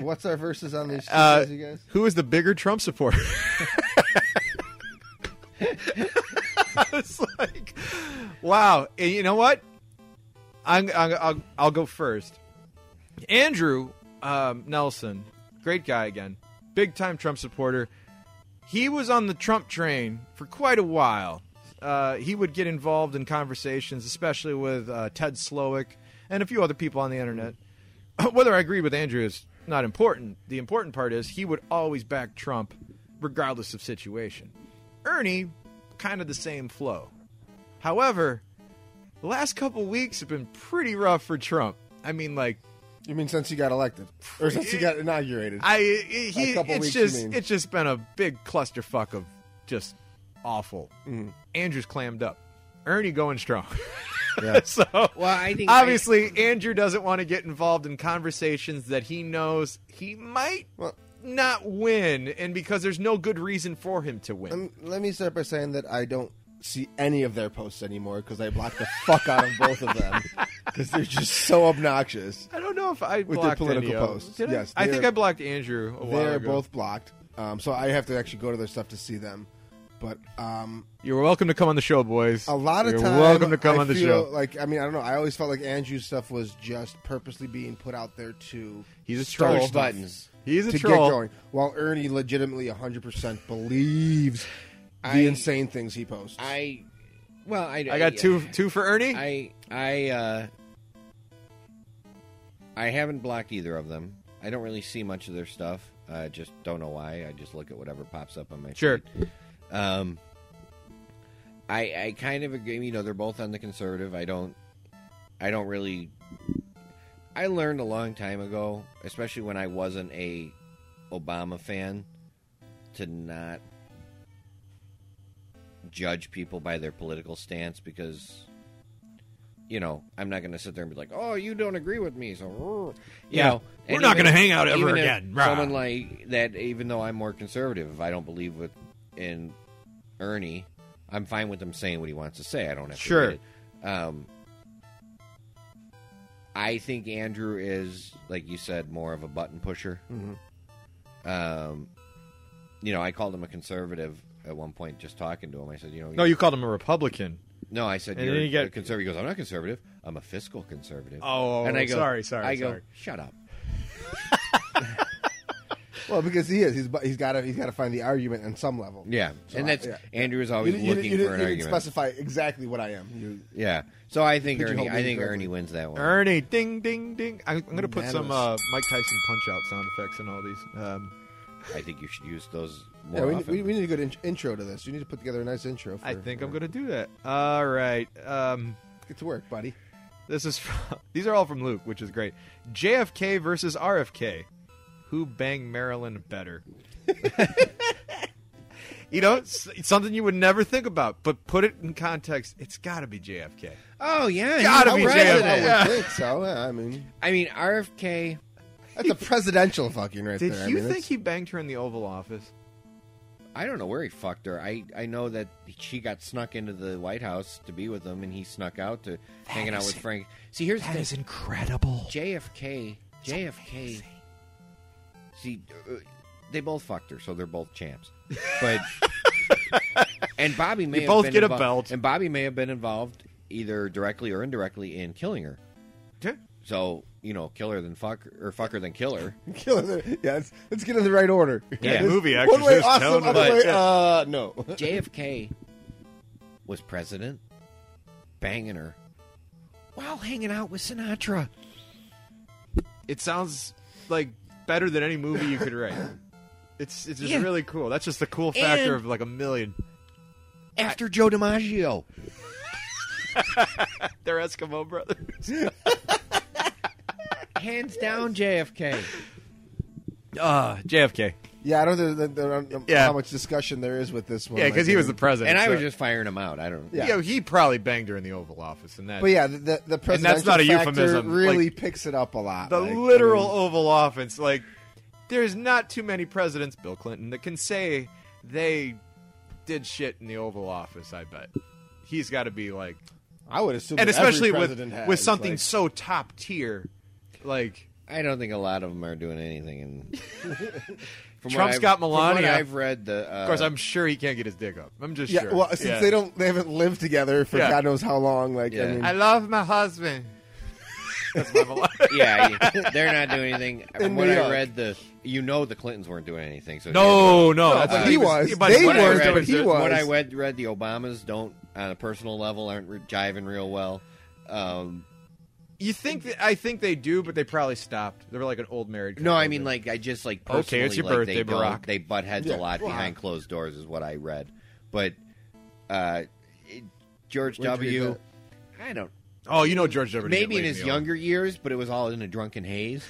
What's our verses on these? two
Uh,
guys, you guys?
Who is the bigger Trump supporter? [LAUGHS] I was like, wow. And you know what? I'm, I'm, I'll, I'll go first. Andrew um, Nelson, great guy again, big time Trump supporter. He was on the Trump train for quite a while. Uh, he would get involved in conversations, especially with uh, Ted Slowick and a few other people on the internet. [CLEARS THROAT] Whether I agreed with Andrew is not important. The important part is he would always back Trump, regardless of situation. Ernie, kind of the same flow. However, the last couple weeks have been pretty rough for Trump. I mean, like
You mean since he got elected, or since he got inaugurated?
I he,
A couple
it's
weeks, you
just
mean.
it's just been a big clusterfuck of just awful.
Mm.
Andrew's clammed up. Ernie going strong.
Yeah.
[LAUGHS] so
Well, I think
obviously Andrew doesn't want to get involved in conversations that he knows he might
Well-
not win and because there's no good reason for him to win.
Um, let me start by saying that I don't see any of their posts anymore because I blocked the fuck out of both of
[LAUGHS]
them because they're just so obnoxious.
I don't know if I
their
blocked
political
any of-
posts.
Did I?
Yes,
I
they
think
are-
I blocked Andrew a while
They're
ago.
both blocked, um, so I have to actually go to their stuff to see them. But um,
You're welcome to come on the show, boys.
a lot of
You're
time,
welcome to come
I
on the
feel
show.
Like I mean, I don't know. I always felt like Andrew's stuff was just purposely being put out there to
He's a
start
troll.
push
stuff,
buttons.
He's a
to
troll.
get going, while Ernie legitimately 100 percent believes the
I-
insane things he posts.
I well, I
I got two two for Ernie.
uh, I I uh I haven't blocked either of them. I don't really see much of their stuff. I just don't know why. I just look at whatever pops up on my
Sure.
feed. Um I I kind of agree, you know, they're both on the conservative. I don't I don't really I learned a long time ago, especially when I wasn't a Obama fan, to not judge people by their political stance because you know, I'm not going to sit there and be like, "Oh, you don't agree with me," so you
Yeah.
know,
We're
and
not
even
gonna
if-
hang out ever
even if
again. Rah.
Someone like that, even though I'm more conservative, if I don't believe with in Ernie, I'm fine with him saying what he wants to say. I don't have
Sure.
to read it. Um, I think Andrew is, like you said, more of a button pusher. Um, you know, I called him a conservative at one point, just talking to him. I said, you know,
no, you called him a Republican.
no, I said
And
you're
then you get-
a conservative. He goes, I'm not conservative. I'm a fiscal conservative.
Oh,
and I go,
sorry, sorry,
I go,
sorry.
shut up.
Well, because he is. He's bu- he's got to he's got to find the argument on some level.
Yeah,
So
and
I-
that's
yeah.
Andrew is
You,
always
didn't- you,
looking
didn't- you
for
didn't you
an
didn't
argument.
specify exactly what I am. You,
Yeah, so I think Ernie.
Pigeonhole
I think
me
Ernie
correctly.
wins that one.
Ernie, ding, ding, ding. I'm, I'm going to put some uh,
Unanimous.
Mike Tyson punch out sound effects and all these. Um,
I think you should use those
yeah,
more
we,
often.
we, we need a good in- intro to this. You need to put together a nice intro. For,
I think I'm
for-
going to do that. All right. Um,
get to work, buddy.
this is [LAUGHS] from, these are all from Luke, which is great. JFK versus RFK. Who banged Marilyn better? [LAUGHS] you know, it's, it's something you would never think about, but put it in context. It's got to be JFK.
oh yeah,
Gotta
you're
be
right.
I would-
JFK.
I would
Yeah.
think so. Yeah, I mean,
I mean RFK.
that's a presidential fucking right
Did
there. I
you
mean,
think
that's-
he banged her in the Oval Office?
I don't know where he fucked her. I I know that she got snuck into the White House to be with him, and he snuck out to hanging out
is-
with Frank. See, here's the thing.
incredible.
JFK. JFK. See, uh, they both fucked her, so they're both
[LAUGHS]
champs. But and Bobby may
You
have
both
been
get a
invo-
belt.
and Bobby may have been involved either directly or indirectly in killing her. So you know, kill her than fuck, or fuck her than kill her.
[LAUGHS] Kill her. Yeah, let's, let's get in the right order.
Yeah.
This-
Movie
One way
actors
awesome,
telling
other
us.
way uh, no. [LAUGHS]
JFK was president, banging her while hanging out with Sinatra.
It sounds like better than any movie you could [LAUGHS] write. It's it's just
Yeah.
really cool. That's just the cool factor
And-
of like a million.
After Joe
[LAUGHS]
DiMaggio,
They're Eskimo brothers.
hands down JFK.
Uh, JFK.
Yeah, I don't know, that- that- I don't know
Yeah.
how much discussion there is with this one.
Yeah, because
Like,
he
I
was the
mean-
president.
And I was
so-
just firing him out. I don't.
Yeah.
you know, he probably banged her in the Oval Office, and that.
But yeah, the the, the presidential
And that's not a
factor
euphemism,
Really
like-
picks it up a lot.
the
like, I
literal
mean-
Oval Office, like there's not too many presidents, Bill Clinton, that can say they did shit in the Oval Office. I bet he's got to be like
I would assume,
and
that every
especially with
president has,
with something
like-
so top tier, like
I don't think a lot of them are doing anything.
[LAUGHS]
And from
Trump's
I've-
got
from
Melania.
what I've read the. Uh,
of course I'm sure he can't get his dick up. I'm just
yeah,
sure.
well, since
Yeah.
they don't, they haven't lived together for
Yeah.
God knows how long. Like, I
Yeah.
mean,
I love my
[LAUGHS]
husband. That's my Melania.
yeah, you- [LAUGHS] they're not
[LAUGHS]
doing anything. From
New
what I
York.
read, the you know the Clintons weren't doing anything. So
no, no,
[LAUGHS] No,
that's
but
not
he
even-
was.
but
They
what I
were,
read
but
is
he
that-
was.
What I read, read the Obamas don't on a personal level aren't re- jiving real well. Um,
You think that, I think they do, but they probably stopped. They were like an old married.
no, I
couple.
mean like I just like
Okay,
personally,
it's your
like, they
birthday,
don't-
Barack.
They butt heads
Yeah,
a lot
wow.
behind closed doors, is what I read. But uh, it- George
Where'd you
W.
read
I don't
oh, you know George W.
maybe in his
younger.
younger years, but it was all in a drunken haze.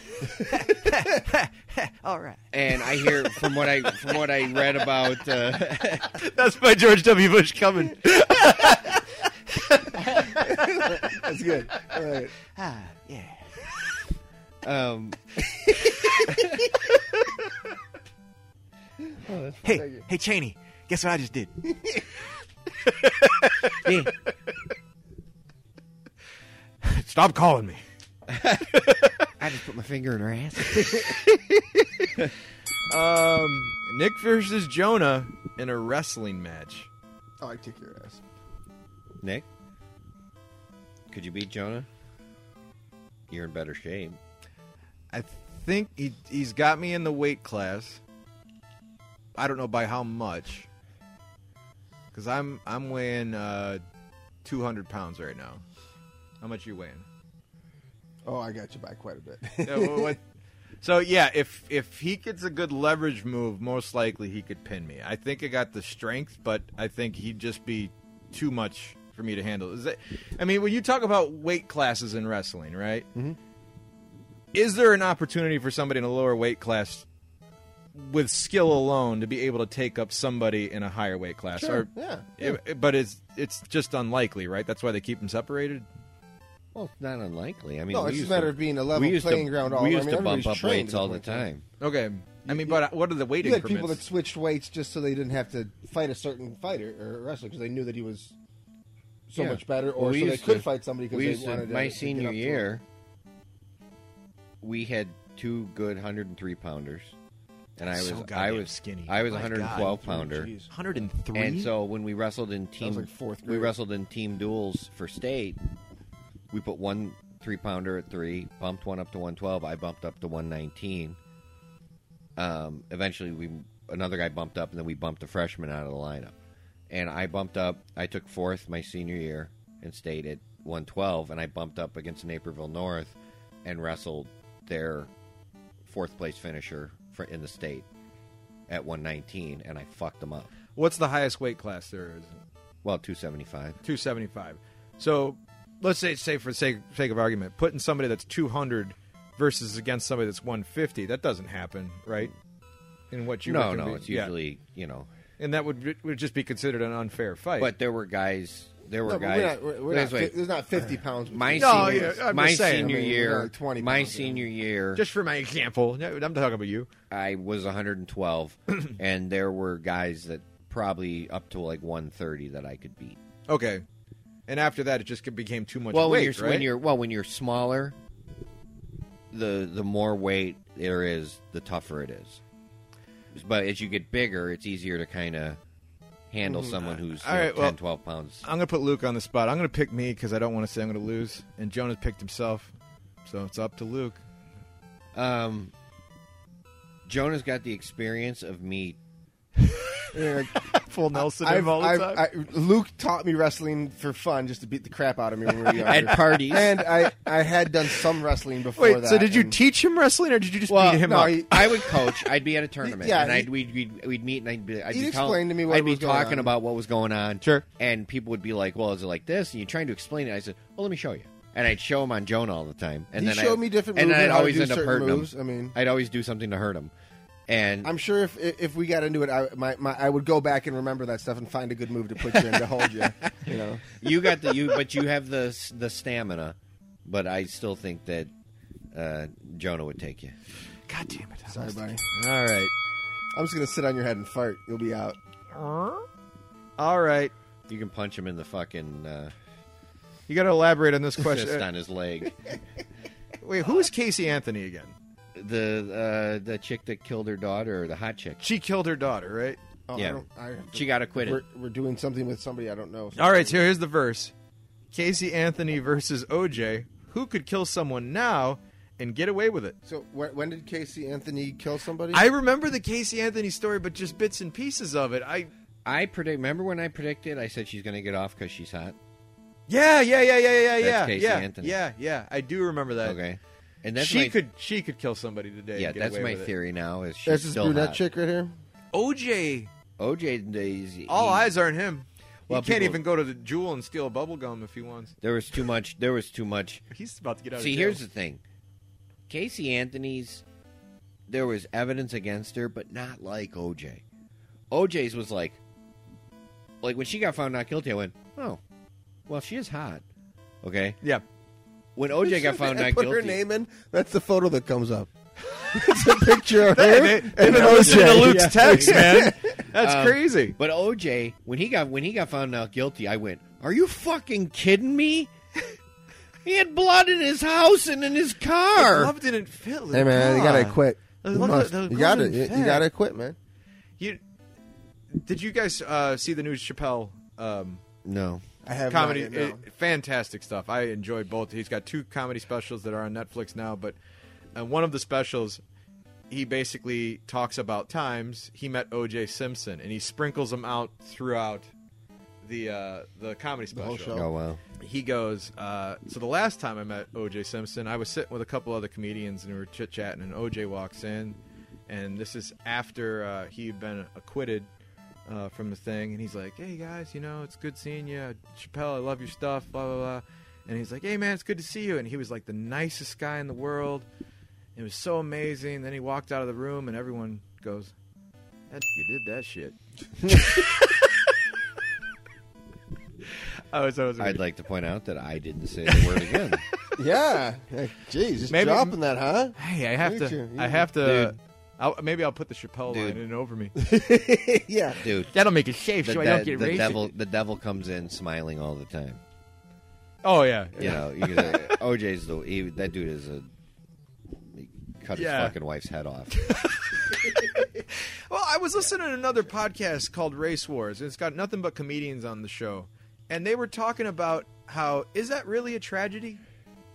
all right. And I hear from what I from what I read about uh,
That's my George W. Bush
[LAUGHS]
coming.
that's good. All right.
Ah,
um,
Hey, hey, Cheney, guess what I
[LAUGHS]
just did?
Stop calling me.
I just put my finger in her ass.
Um, Nick versus Jonah in a wrestling match.
Oh, I kick your ass.
Nick, could you beat Jonah? You're in better shape.
I think he he's got me in the weight class. I don't know by how much, because I'm I'm weighing uh, 200 pounds right now. How much you weighing?
Oh, I got you by quite a bit.
[LAUGHS] Yeah, what- what- so yeah, if if he gets a good leverage move, most likely he could pin me. I think I got the strength, but I think he'd just be too much for me to handle. Is that, I mean, when you talk about weight classes in wrestling, right?
Mm-hmm.
Is there an opportunity for somebody in a lower weight class with skill alone to be able to take up somebody in a higher weight class? or
yeah,
it- but it's it's just unlikely, right? That's why they keep them separated.
Well, it's not unlikely. I mean,
No,
we
it's
used
just a matter
to-
of being a
we
level
used
playing
to,
ground. All
We used
I mean,
to bump
everybody's
up
trained
weights
at
all the
this point.
time.
Okay, I mean, but uh, what are the weight
You had
increments?
people that switched weights just so they didn't have to fight a certain fighter or wrestler because they knew that he was so
Yeah.
much better,
Well,
or
we
so they
used
could
to-
fight somebody
we
because
used
they
to-
wanted to.
my
to get
senior
up to him.
year we had two good 103 pounders and i was
So
i
goddamn
was
skinny.
i was
My
112 pounder
Jeez.
103.
and so when we wrestled in team
like fourth
we
grade.
wrestled in team duels for state we put one three pounder at three bumped one up to 112 i bumped up to 119 um, eventually we another guy bumped up, and then we bumped a freshman out of the lineup. And I bumped up. I took fourth my senior year and stayed at 112, and I bumped up against Naperville North and wrestled their fourth place finisher for, in the state at 119, and I fucked them up.
What's the highest weight class there is?
Well, 275.
275. So let's say, say for the sake, sake of argument, putting somebody that's 200 versus against somebody that's 150, that doesn't happen, right? In what you
no,
would
no,
conve-
it's
yeah.
usually you know.
and that would be- would just be considered an unfair fight.
But there were guys. There were
No, but
guys.
we're not, we're, we're
That's
not,
why-
fi- there's not
[LAUGHS]
50 pounds.
my
No,
senior,
yeah, I'm just
my
saying, I
senior
mean,
year,
we're like 20
my
pounds, yeah.
senior year,
just for my example, I'm not talking about you.
I
[CLEARS THROAT]
was 112, and there were guys that probably up to like 130 that I could beat.
Okay. And after that, it just became too much
Well, when
weight,
you're
right?
when you're well when you're smaller, the the more weight there is, the tougher it is. But as you get bigger, it's easier to kind of handle someone who's
Mm-hmm. Uh, All
you know,
right,
10,
well-
12 pounds.
I'm gonna put Luke on the spot. I'm gonna pick me because I don't want to say I'm gonna lose. And Jonah picked himself, so it's up to Luke.
Um, Jonah's got the experience of me.
Yeah, like,
Full Nelson
I've,
him all the
I've,
time.
I, Luke taught me wrestling for fun, just to beat the crap out of me when we were younger.
[LAUGHS]
[LAUGHS]
At parties.
and I, I had done some wrestling before
Wait,
that.
so did you
and-
teach him wrestling, or did you just
Well,
beat him
no,
up?
he-
I would coach. I'd be at a tournament,
Yeah,
and
he-
I'd we'd, we'd, we'd meet, and I'd be I'd
He'd
be tell-
explain to me what
I'd be
was going
talking
on.
about what was going on.
Sure.
And people would be like, "Well, is it like this?" And you're trying to explain it. I said, "Well, let me show you." And I'd show him on Jonah all the time, and
He
then
showed
I,
me different
and
moves
then
and
I'd
how to
always
do
end up
certain
hurting
moves.
him.
I mean-
I'd always do something to hurt him, and
I'm sure if if we got into it, I, my, my I would go back and remember that stuff and find a good move to put you in to hold
[LAUGHS]
you. You know,
you got the you, but you have the s- the stamina. But I still think that uh, Jonah would take you.
God damn it!
sorry, buddy.
All right,
I'm just gonna sit on your head and fart. You'll be out.
all right.
You can punch him in the fucking [LAUGHS] uh,
You got to elaborate on this
fist
question. Uh,
on his leg.
Wait, who is Casey Anthony again?
[LAUGHS] the uh, the chick that killed her daughter, or the hot chick.
She killed her daughter, right?
Oh,
Yeah.
I don't, I have to-
She got acquitted.
We're, we're doing something with somebody I don't know.
All right, so here's the verse: Casey Anthony versus OJ. Who could kill someone now and get away with it?
So when, when did Casey Anthony kill somebody?
I remember the Casey Anthony story, but just bits and pieces of it. I
I predict. Remember when I predicted? I said she's going to get off because she's hot.
yeah yeah yeah yeah yeah yeah
Casey
yeah
Anthony.
yeah yeah. I do remember that.
Okay, and that's
she
my,
could she could kill somebody today. and
Yeah,
get
that's
away
my
with it.
theory now. Is she's
There's this
still
brunette
hot.
chick right here.
OJ,
OJ days.
all
he-
eyes are on him.
Well,
he can't
people-
even go to the jewel and steal a bubble gum if he wants.
There was too much. There was too much.
He's about to get out.
See,
of jail.
here's the thing. Casey Anthony's. There was evidence against her, but not like OJ. OJ's was like, like when she got found not guilty, I went, oh, well, she is hot. Okay.
yeah.
When OJ got found
I
not
put
guilty,
her name in. That's the photo that
[LAUGHS]
comes up. it's a picture of her
Hey, they- they've
and
been listening to
OJ.
Luke's
Yeah.
text, man. That's
Um,
crazy.
But OJ, when he got when he got found not guilty, I went, "Are you fucking kidding me?" he had blood in his house and in his car.
Love didn't fit. Luke.
[LAUGHS] Hey man, you gotta
God.
quit.
The
You
love-
must.
the
You gotta.
golden
You, you
fat.
gotta quit, man.
You, did you guys uh, see the new Chappelle um,
no,
I have
comedy?
Not yet, no.
it- fantastic stuff. I enjoy both. He's got two comedy specials that are on Netflix now, but uh, one of the specials, he basically talks about times he met O.J. Simpson, and he sprinkles them out throughout the uh, the comedy special.
whole show.
oh well,
he goes, uh, so the last time I met OJ Simpson, I was sitting with a couple other comedians and we were chit chatting, and OJ walks in, and this is after uh, he'd been acquitted uh, from the thing, and he's like, "Hey guys, you know it's good seeing you, Chappelle. I love your stuff, blah blah blah," and he's like, "Hey man, it's good to see you," and he was like the nicest guy in the world. It was so amazing. Then he walked out of the room, and everyone goes, "That you did that shit." [LAUGHS] I was, I was
I'd like to point out that I didn't say the
[LAUGHS]
word again.
[LAUGHS] Yeah. Like, Jeez, just
Maybe-
dropping
[LAUGHS]
that, huh?
Hey, I have
Future,
to.
yeah.
I have to. uh,
Dude.
I'll, maybe I'll put the Chappelle
Dude.
line in over
[LAUGHS]
me.
yeah.
Dude,
That'll make it safe
the,
so I
de-
don't get
the
racist.
devil the devil comes in smiling all the time.
Oh yeah,
You know, you can say, [LAUGHS] OJ's the he, that dude is a he cut his
Yeah.
fucking wife's head off.
Well, I was listening to another podcast called Race Wars, and it's got nothing but comedians on the show, and they were talking about how is that really a tragedy?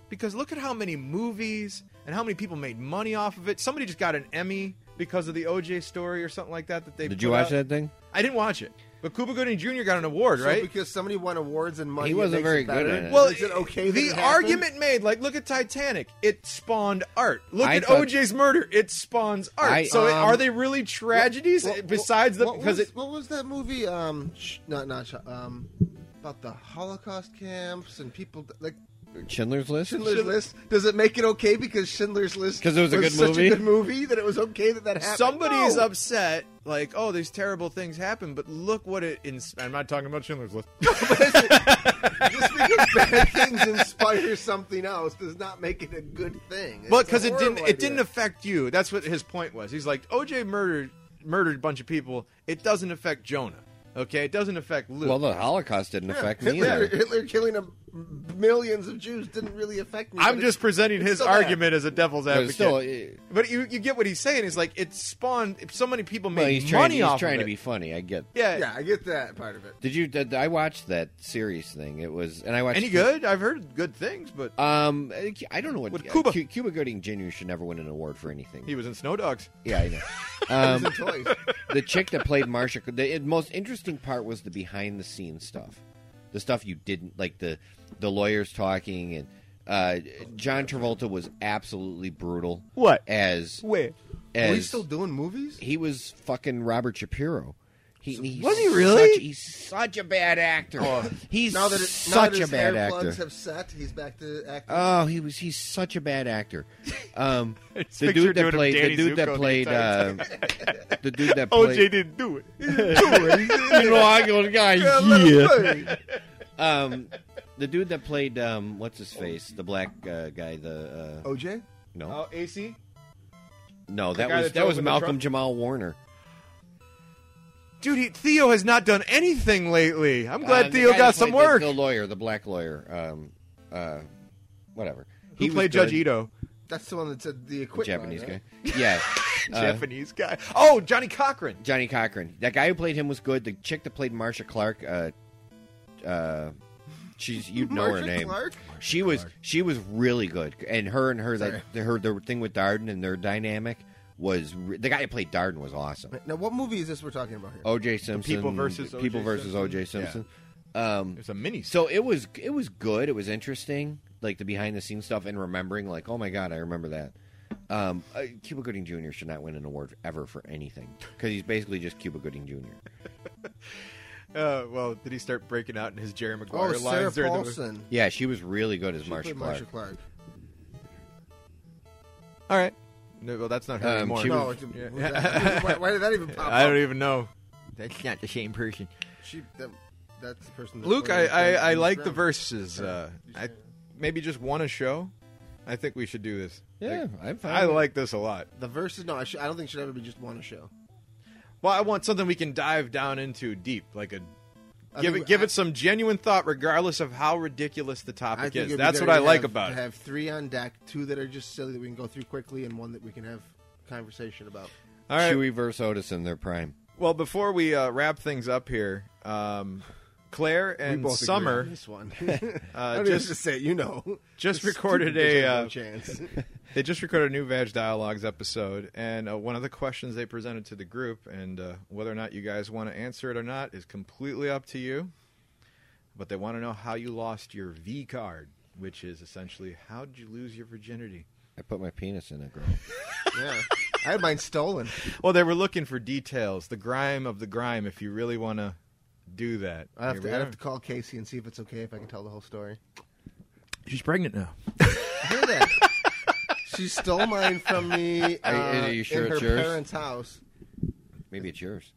Because look at how many movies and how many people made money off of it. Somebody just got an Emmy because of the OJ story or something like that that they
Did
put
you watch
out.
that thing?
I didn't watch it, but Cuba Gooding Jr. got an award,
[LAUGHS] So
right?
because somebody won awards and money.
He wasn't
makes
very
it better?
good at it.
Well,
is it okay? that
the
it happened?
argument made, like, look at Titanic. It spawned art. Look
I
at
thought-
OJ's murder. It spawns art.
I-
so, it-
um,
are they really tragedies
What- what-
besides the
what
because
was,
it?
what was that movie? Um, sh- not not sh- um, about the Holocaust camps and people th- like
Schindler's List.
Schindler's List. Does it make it okay because Schindler's List
'Cause it was a good
such
movie?
a good movie that it was okay that that happened?
Somebody's
No.
upset, like, oh, these terrible things happen, but look what it. Ins- I'm not talking about Schindler's List.
[LAUGHS] Just because bad things inspire something else does not make it a good thing.
But
It's a
because it didn't, it
horrible idea.
didn't affect you. That's what his point was. He's like, OJ murdered murdered a bunch of people. It doesn't affect Jonah. Okay, it doesn't affect Luke.
Well, the Holocaust didn't affect me
Hitler,
either.
Hitler killing a, millions of Jews didn't really affect me.
I'm
but
just
it-
presenting
it's
his
still bad.
argument as a devil's
But
advocate.
it's still, uh,
But you, you get what he's saying. It's like it spawned if so many people made
well, he's trying,
money
he's
off
trying
of
to
it.
be funny. I get.
yeah.
Yeah, I get that part of it.
Did you? Did, I watched that series thing. It was, and I watched.
Any good? I've heard good things, but
Um, I think- I don't know what
With Cuba.
Cu- Cuba Gooding Jr. should never win an award for anything.
he was in Snow Dogs.
yeah, I know.
[LAUGHS]
It's
Um,
a choice.
the chick that played Marsha, the most interesting part was the behind the scenes stuff, the stuff you didn't like the the lawyers talking and uh, John Travolta was absolutely brutal.
What?
as
Wait,
Are we
as
still doing movies?
he was fucking Robert Shapiro. He, he's
Was he really?
Such, he's such a bad actor. he's
Now that it, now
such
that
a
his
bad
hair plugs
actor.
have set, he's back to acting.
Oh, he was. He's such a bad actor. Um,
It's
the
picture
dude that
doing a
played the
Danny
dude that
Zuko the
played
entire Oh,
uh, the dude that
OJ
[LAUGHS] played.
didn't do it.
you know, I go, guy, yeah.
[LAUGHS]
yeah.
Um, the dude that played um, what's his face, the black uh, guy, the uh,
OJ?
no,
Oh, AC.
no, that
guy
was
that
that
drove
was
in the
Malcolm
truck?
Jamal Warner.
Dude, he, Theo has not done anything lately. I'm glad
Uh, the
Theo
guy
got
that
some
played the-
work.
The, lawyer, the black lawyer, um, uh, whatever.
He,
was
played
good.
Judge Ito,
That's the one that said the
The
equipment.
Japanese guy.
right?
Yeah, uh,
Japanese guy. Oh, Johnny Cochran.
Johnny Cochran. That guy who played him was good. The chick that played Marsha Clark, uh, uh, she's you'd know her
Marcia
name.
Clark?
She was she was really good, and her and her that her the thing with Darden and their dynamic was re- the guy who played Darden was awesome.
Now, what movie is this we're talking about
Oh,
here?
O.J. Simpson,
People versus O.J.
people versus O.J. Simpson.
Simpson.
Um,
It's a mini.
so it was it was good. It was interesting, like the behind the scenes stuff and remembering, like, oh my god, I remember that. Um, uh, Cuba Gooding Jr. should not win an award ever for anything because he's basically just Cuba Gooding Jr.
Uh, well, did he start breaking out in his Jerry
Oh,
Maguire
Sarah
lines? during the-
Paulson.
Yeah, she was really good as
She played
Marsha Clark.
Marcia Clark.
All right. No, well, that's not her
Um,
anymore. [LAUGHS]
she
No,
was-
it's-
Yeah.
who's that? why, why did
[LAUGHS]
that even pop up?
I don't even know. That's not the same person.
She, that, that's the person. that
Luke, I,
played
I, I
James
like the
Brown.
verses. Uh, I, maybe just one a show. I think we should do this.
Yeah, I'm fine
I
with it.
like this a lot.
The verses, no, I, should, I don't think should ever be just one a show.
Well, I want something we can dive down into deep, like a
I
give
think-
it give
I-
it some genuine thought, regardless of how ridiculous the
I
topic
think
is.
it'd be
That's
better
what I
to
like
have-
about
to
it.
Have three on deck, two that are just silly that we can go through quickly, and one that we can have conversation about.
All right.
Chewy versus Otis in their prime.
Well, before we uh, wrap things up here, um, Claire
we
and
both agree on
Summer
this one. [LAUGHS] I don't
just-
even say it, you know.
just
There's-
recorded
there's
a,
no
uh,
chance.
they just recorded a new Vag Dialogues episode, and uh, one of the questions they presented to the group, and uh, whether or not you guys want to answer it or not is completely up to you. But they want to know how you lost your V card, which is essentially how did you lose your virginity?
I put my penis in it, girl.
yeah. I had mine stolen.
Well, they were looking for details, the grime of the grime, if you really want to do that.
I have
Here
to,
we
I'd
are.
have to call Casey and see if it's okay if I can tell the whole story.
She's pregnant now.
I hear that. [LAUGHS] she stole mine from me.
Are you-
uh,
are you sure
in her
it's yours?
parents' house.
Maybe it's yours.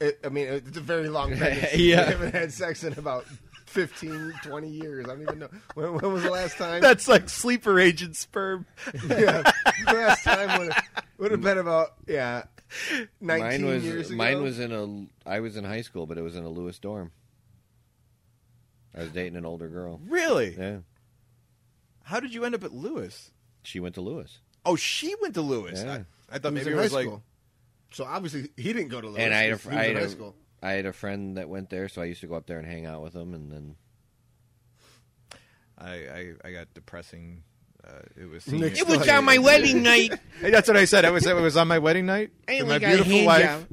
It, I mean, it's a very long pregnancy.
Yeah.
I haven't had sex in about 15, 20 years. I don't even know. When, when was the
[LAUGHS]
last
[LAUGHS]
time?
That's like sleeper agent sperm.
yeah, last time would have, would have been about, yeah, 19
Mine was
years ago.
mine was in a. I was in high school, but it was in a Lewis dorm. I was dating an older girl.
Really?
Yeah,
How did you end up at Lewis?
she went to Lewis,
Oh, she went to Lewis.
Yeah.
I, I thought
He was
maybe
in
it
high
was like
school. So obviously he didn't go to Lewis.
and I had a,
he
fr-
was
I
in
had
high
a,
school.
I had a friend that went there, so I used to go up there and hang out with him, and then
I, I, I got depressing. Uh, it was
Nick
senior-
It was on my
wedding night.
[LAUGHS] Hey, that's what I said. I was it was on my wedding night to
Ain't
my
we got a
beautiful
hand
wife,
job.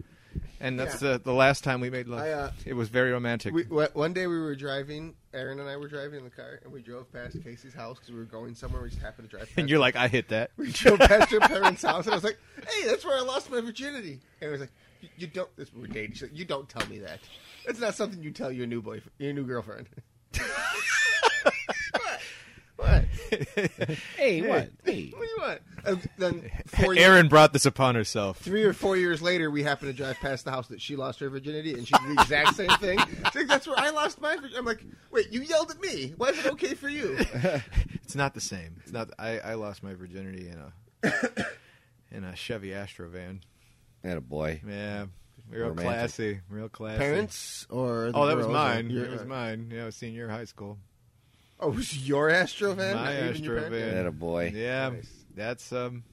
and that's the the last time we made love.
I, uh,
it was very romantic.
We, wh- one day we were driving, Aaron and I were driving in the car, and we drove past Casey's house because we were going somewhere. We just happened to drive past.
and you're like, I hit that.
[LAUGHS] we drove past your parents' house, and I was like, hey, that's where I lost my virginity. And I was like, you, you don't, this we're dating. She's like, you don't tell me that. That's not something you tell your new boyfriend, your new girlfriend. [LAUGHS] what?
Hey, what? Hey.
What do you want? And then four years-
Erin brought this upon herself.
three or four years later, we happened to drive past the house that she lost her virginity, and she did the exact same thing. She's like, that's where I lost my virginity. I'm like, wait, you yelled at me. Why is it okay for you?
It's not the same. It's not. I, I lost my virginity in a in a Chevy Astro van.
That a boy.
Yeah, real
Romantic.
classy, real classy.
Parents or the
Oh, that was
girls?
mine.
Your-
It was mine. Yeah, I was senior high school.
Oh, it was your Astro van?
My
not even your
Astro
parents'?
van.
That a boy.
Yeah,
Nice.
that's um.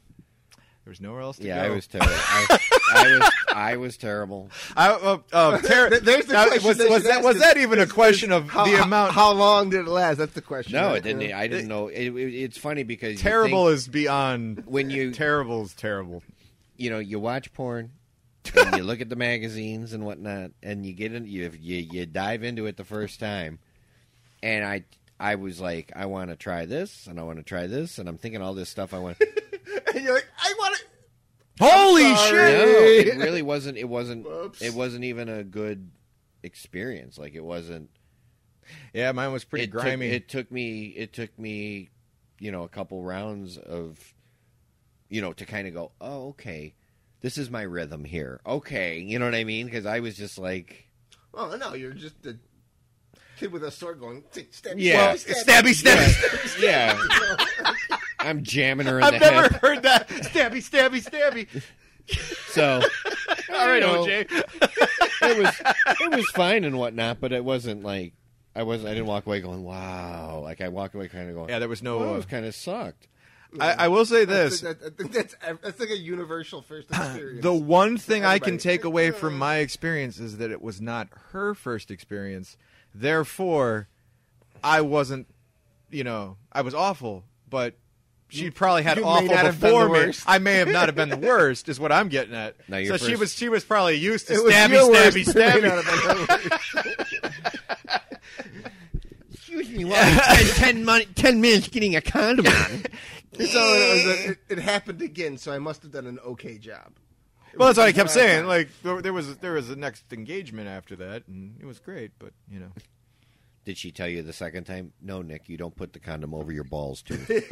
There was nowhere else to
Yeah,
go.
I was terrible. I, I was I was terrible.
I, uh,
[LAUGHS]
uh, ter-
Th- there's the
uh,
question
was,
they
was
should
that
ask
was
is-
that even a question of
How,
the amount?
How long did it last? That's the question.
No,
right?
it didn't. e,
Yeah.
I didn't know. It, it- it's funny because you
terrible
think
is beyond.
when you
Terrible is terrible.
you know you watch porn and you look at the magazines and whatnot and you get in you you, you dive into it the first time and i i was like i want to try this and i want to try this and i'm thinking all this stuff i want
[LAUGHS] And you're like, I want it.
Holy
no,
shit!
it really wasn't it wasn't
Whoops.
it wasn't even a good experience like it wasn't
Yeah, mine was pretty
it took-
grimy.
it took me it took me you know a couple rounds of you know to kind of go oh okay this is my rhythm here okay you know what i mean because i was just like
Oh, no, you're just a kid with a sword going, "Tick, stab,
Yeah.
stab, stab,
stabby, stabby. [LAUGHS]
yeah. I'm jamming her in
I've
the
never
head.
heard that. Stabby, stabby, stabby.
So
[LAUGHS] All right,
you know,
OJ.
It was it was fine and whatnot, but it wasn't like I wasn't I didn't walk away going, Wow. Like I walk away kinda going
Yeah, there was no.
"Wow,
uh,
this kinda sucked.
I, I will say
I
this:
think that- I think that's, that's like a universal first experience.
the one thing I can
Everybody.
take away from my experience is that it was not her first experience. Therefore, I wasn't. You know, I was awful, but she probably had
you may
awful
not have been
before
the
me.
worst.
I may have not have been the worst, is what I'm getting at.
[LAUGHS] Now,
so
your
she
first-
was she was probably used to
It was
stabby,
your worst,
stabby,
but
stabby.
it may not have been her worst.
Excuse me, why spend [LAUGHS] ten mon- ten minutes getting a condom on?
[LAUGHS] So it, was a, it, it happened again, so I must have done an okay
[LAUGHS]
job.
[LAUGHS] Well, that's what I kept
It was
saying.
fine.
Like there there was there was a next engagement after that, and it was great. But you know,
Did she tell you the second time? No, Nick, you don't put the condom over your balls too.
then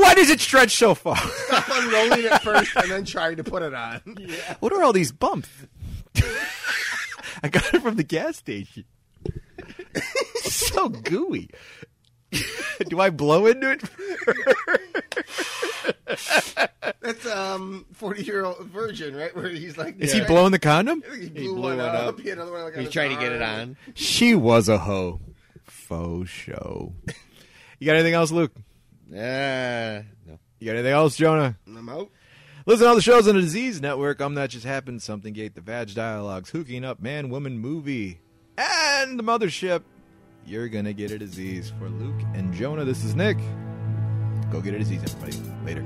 why does it stretch so [LAUGHS] far?
unrolling it first and then trying to put it on.
What are all these bumps? [LAUGHS] I got it from the gas station. [LAUGHS] so gooey. [LAUGHS] Do I blow into it?
That's um forty year old virgin, right? Where he's like,
Is he
Yeah.
blowing the condom?
I think He blew, one up. He had another one like on
He's
his
trying to get it
arm.
on.
She was a hoe. Faux show. You got anything else, Luke?
Uh, no.
You got anything else, Jonah?
I'm out.
Listen to all the shows on the Disease Network. I'm Not Just Happened, Something Gate, The Vag Dialogues, Hooking Up, Man, Woman, Movie, and The Mothership. You're going to get a disease. For Luke and Jonah, this is Nick. Go get a disease, everybody. Later.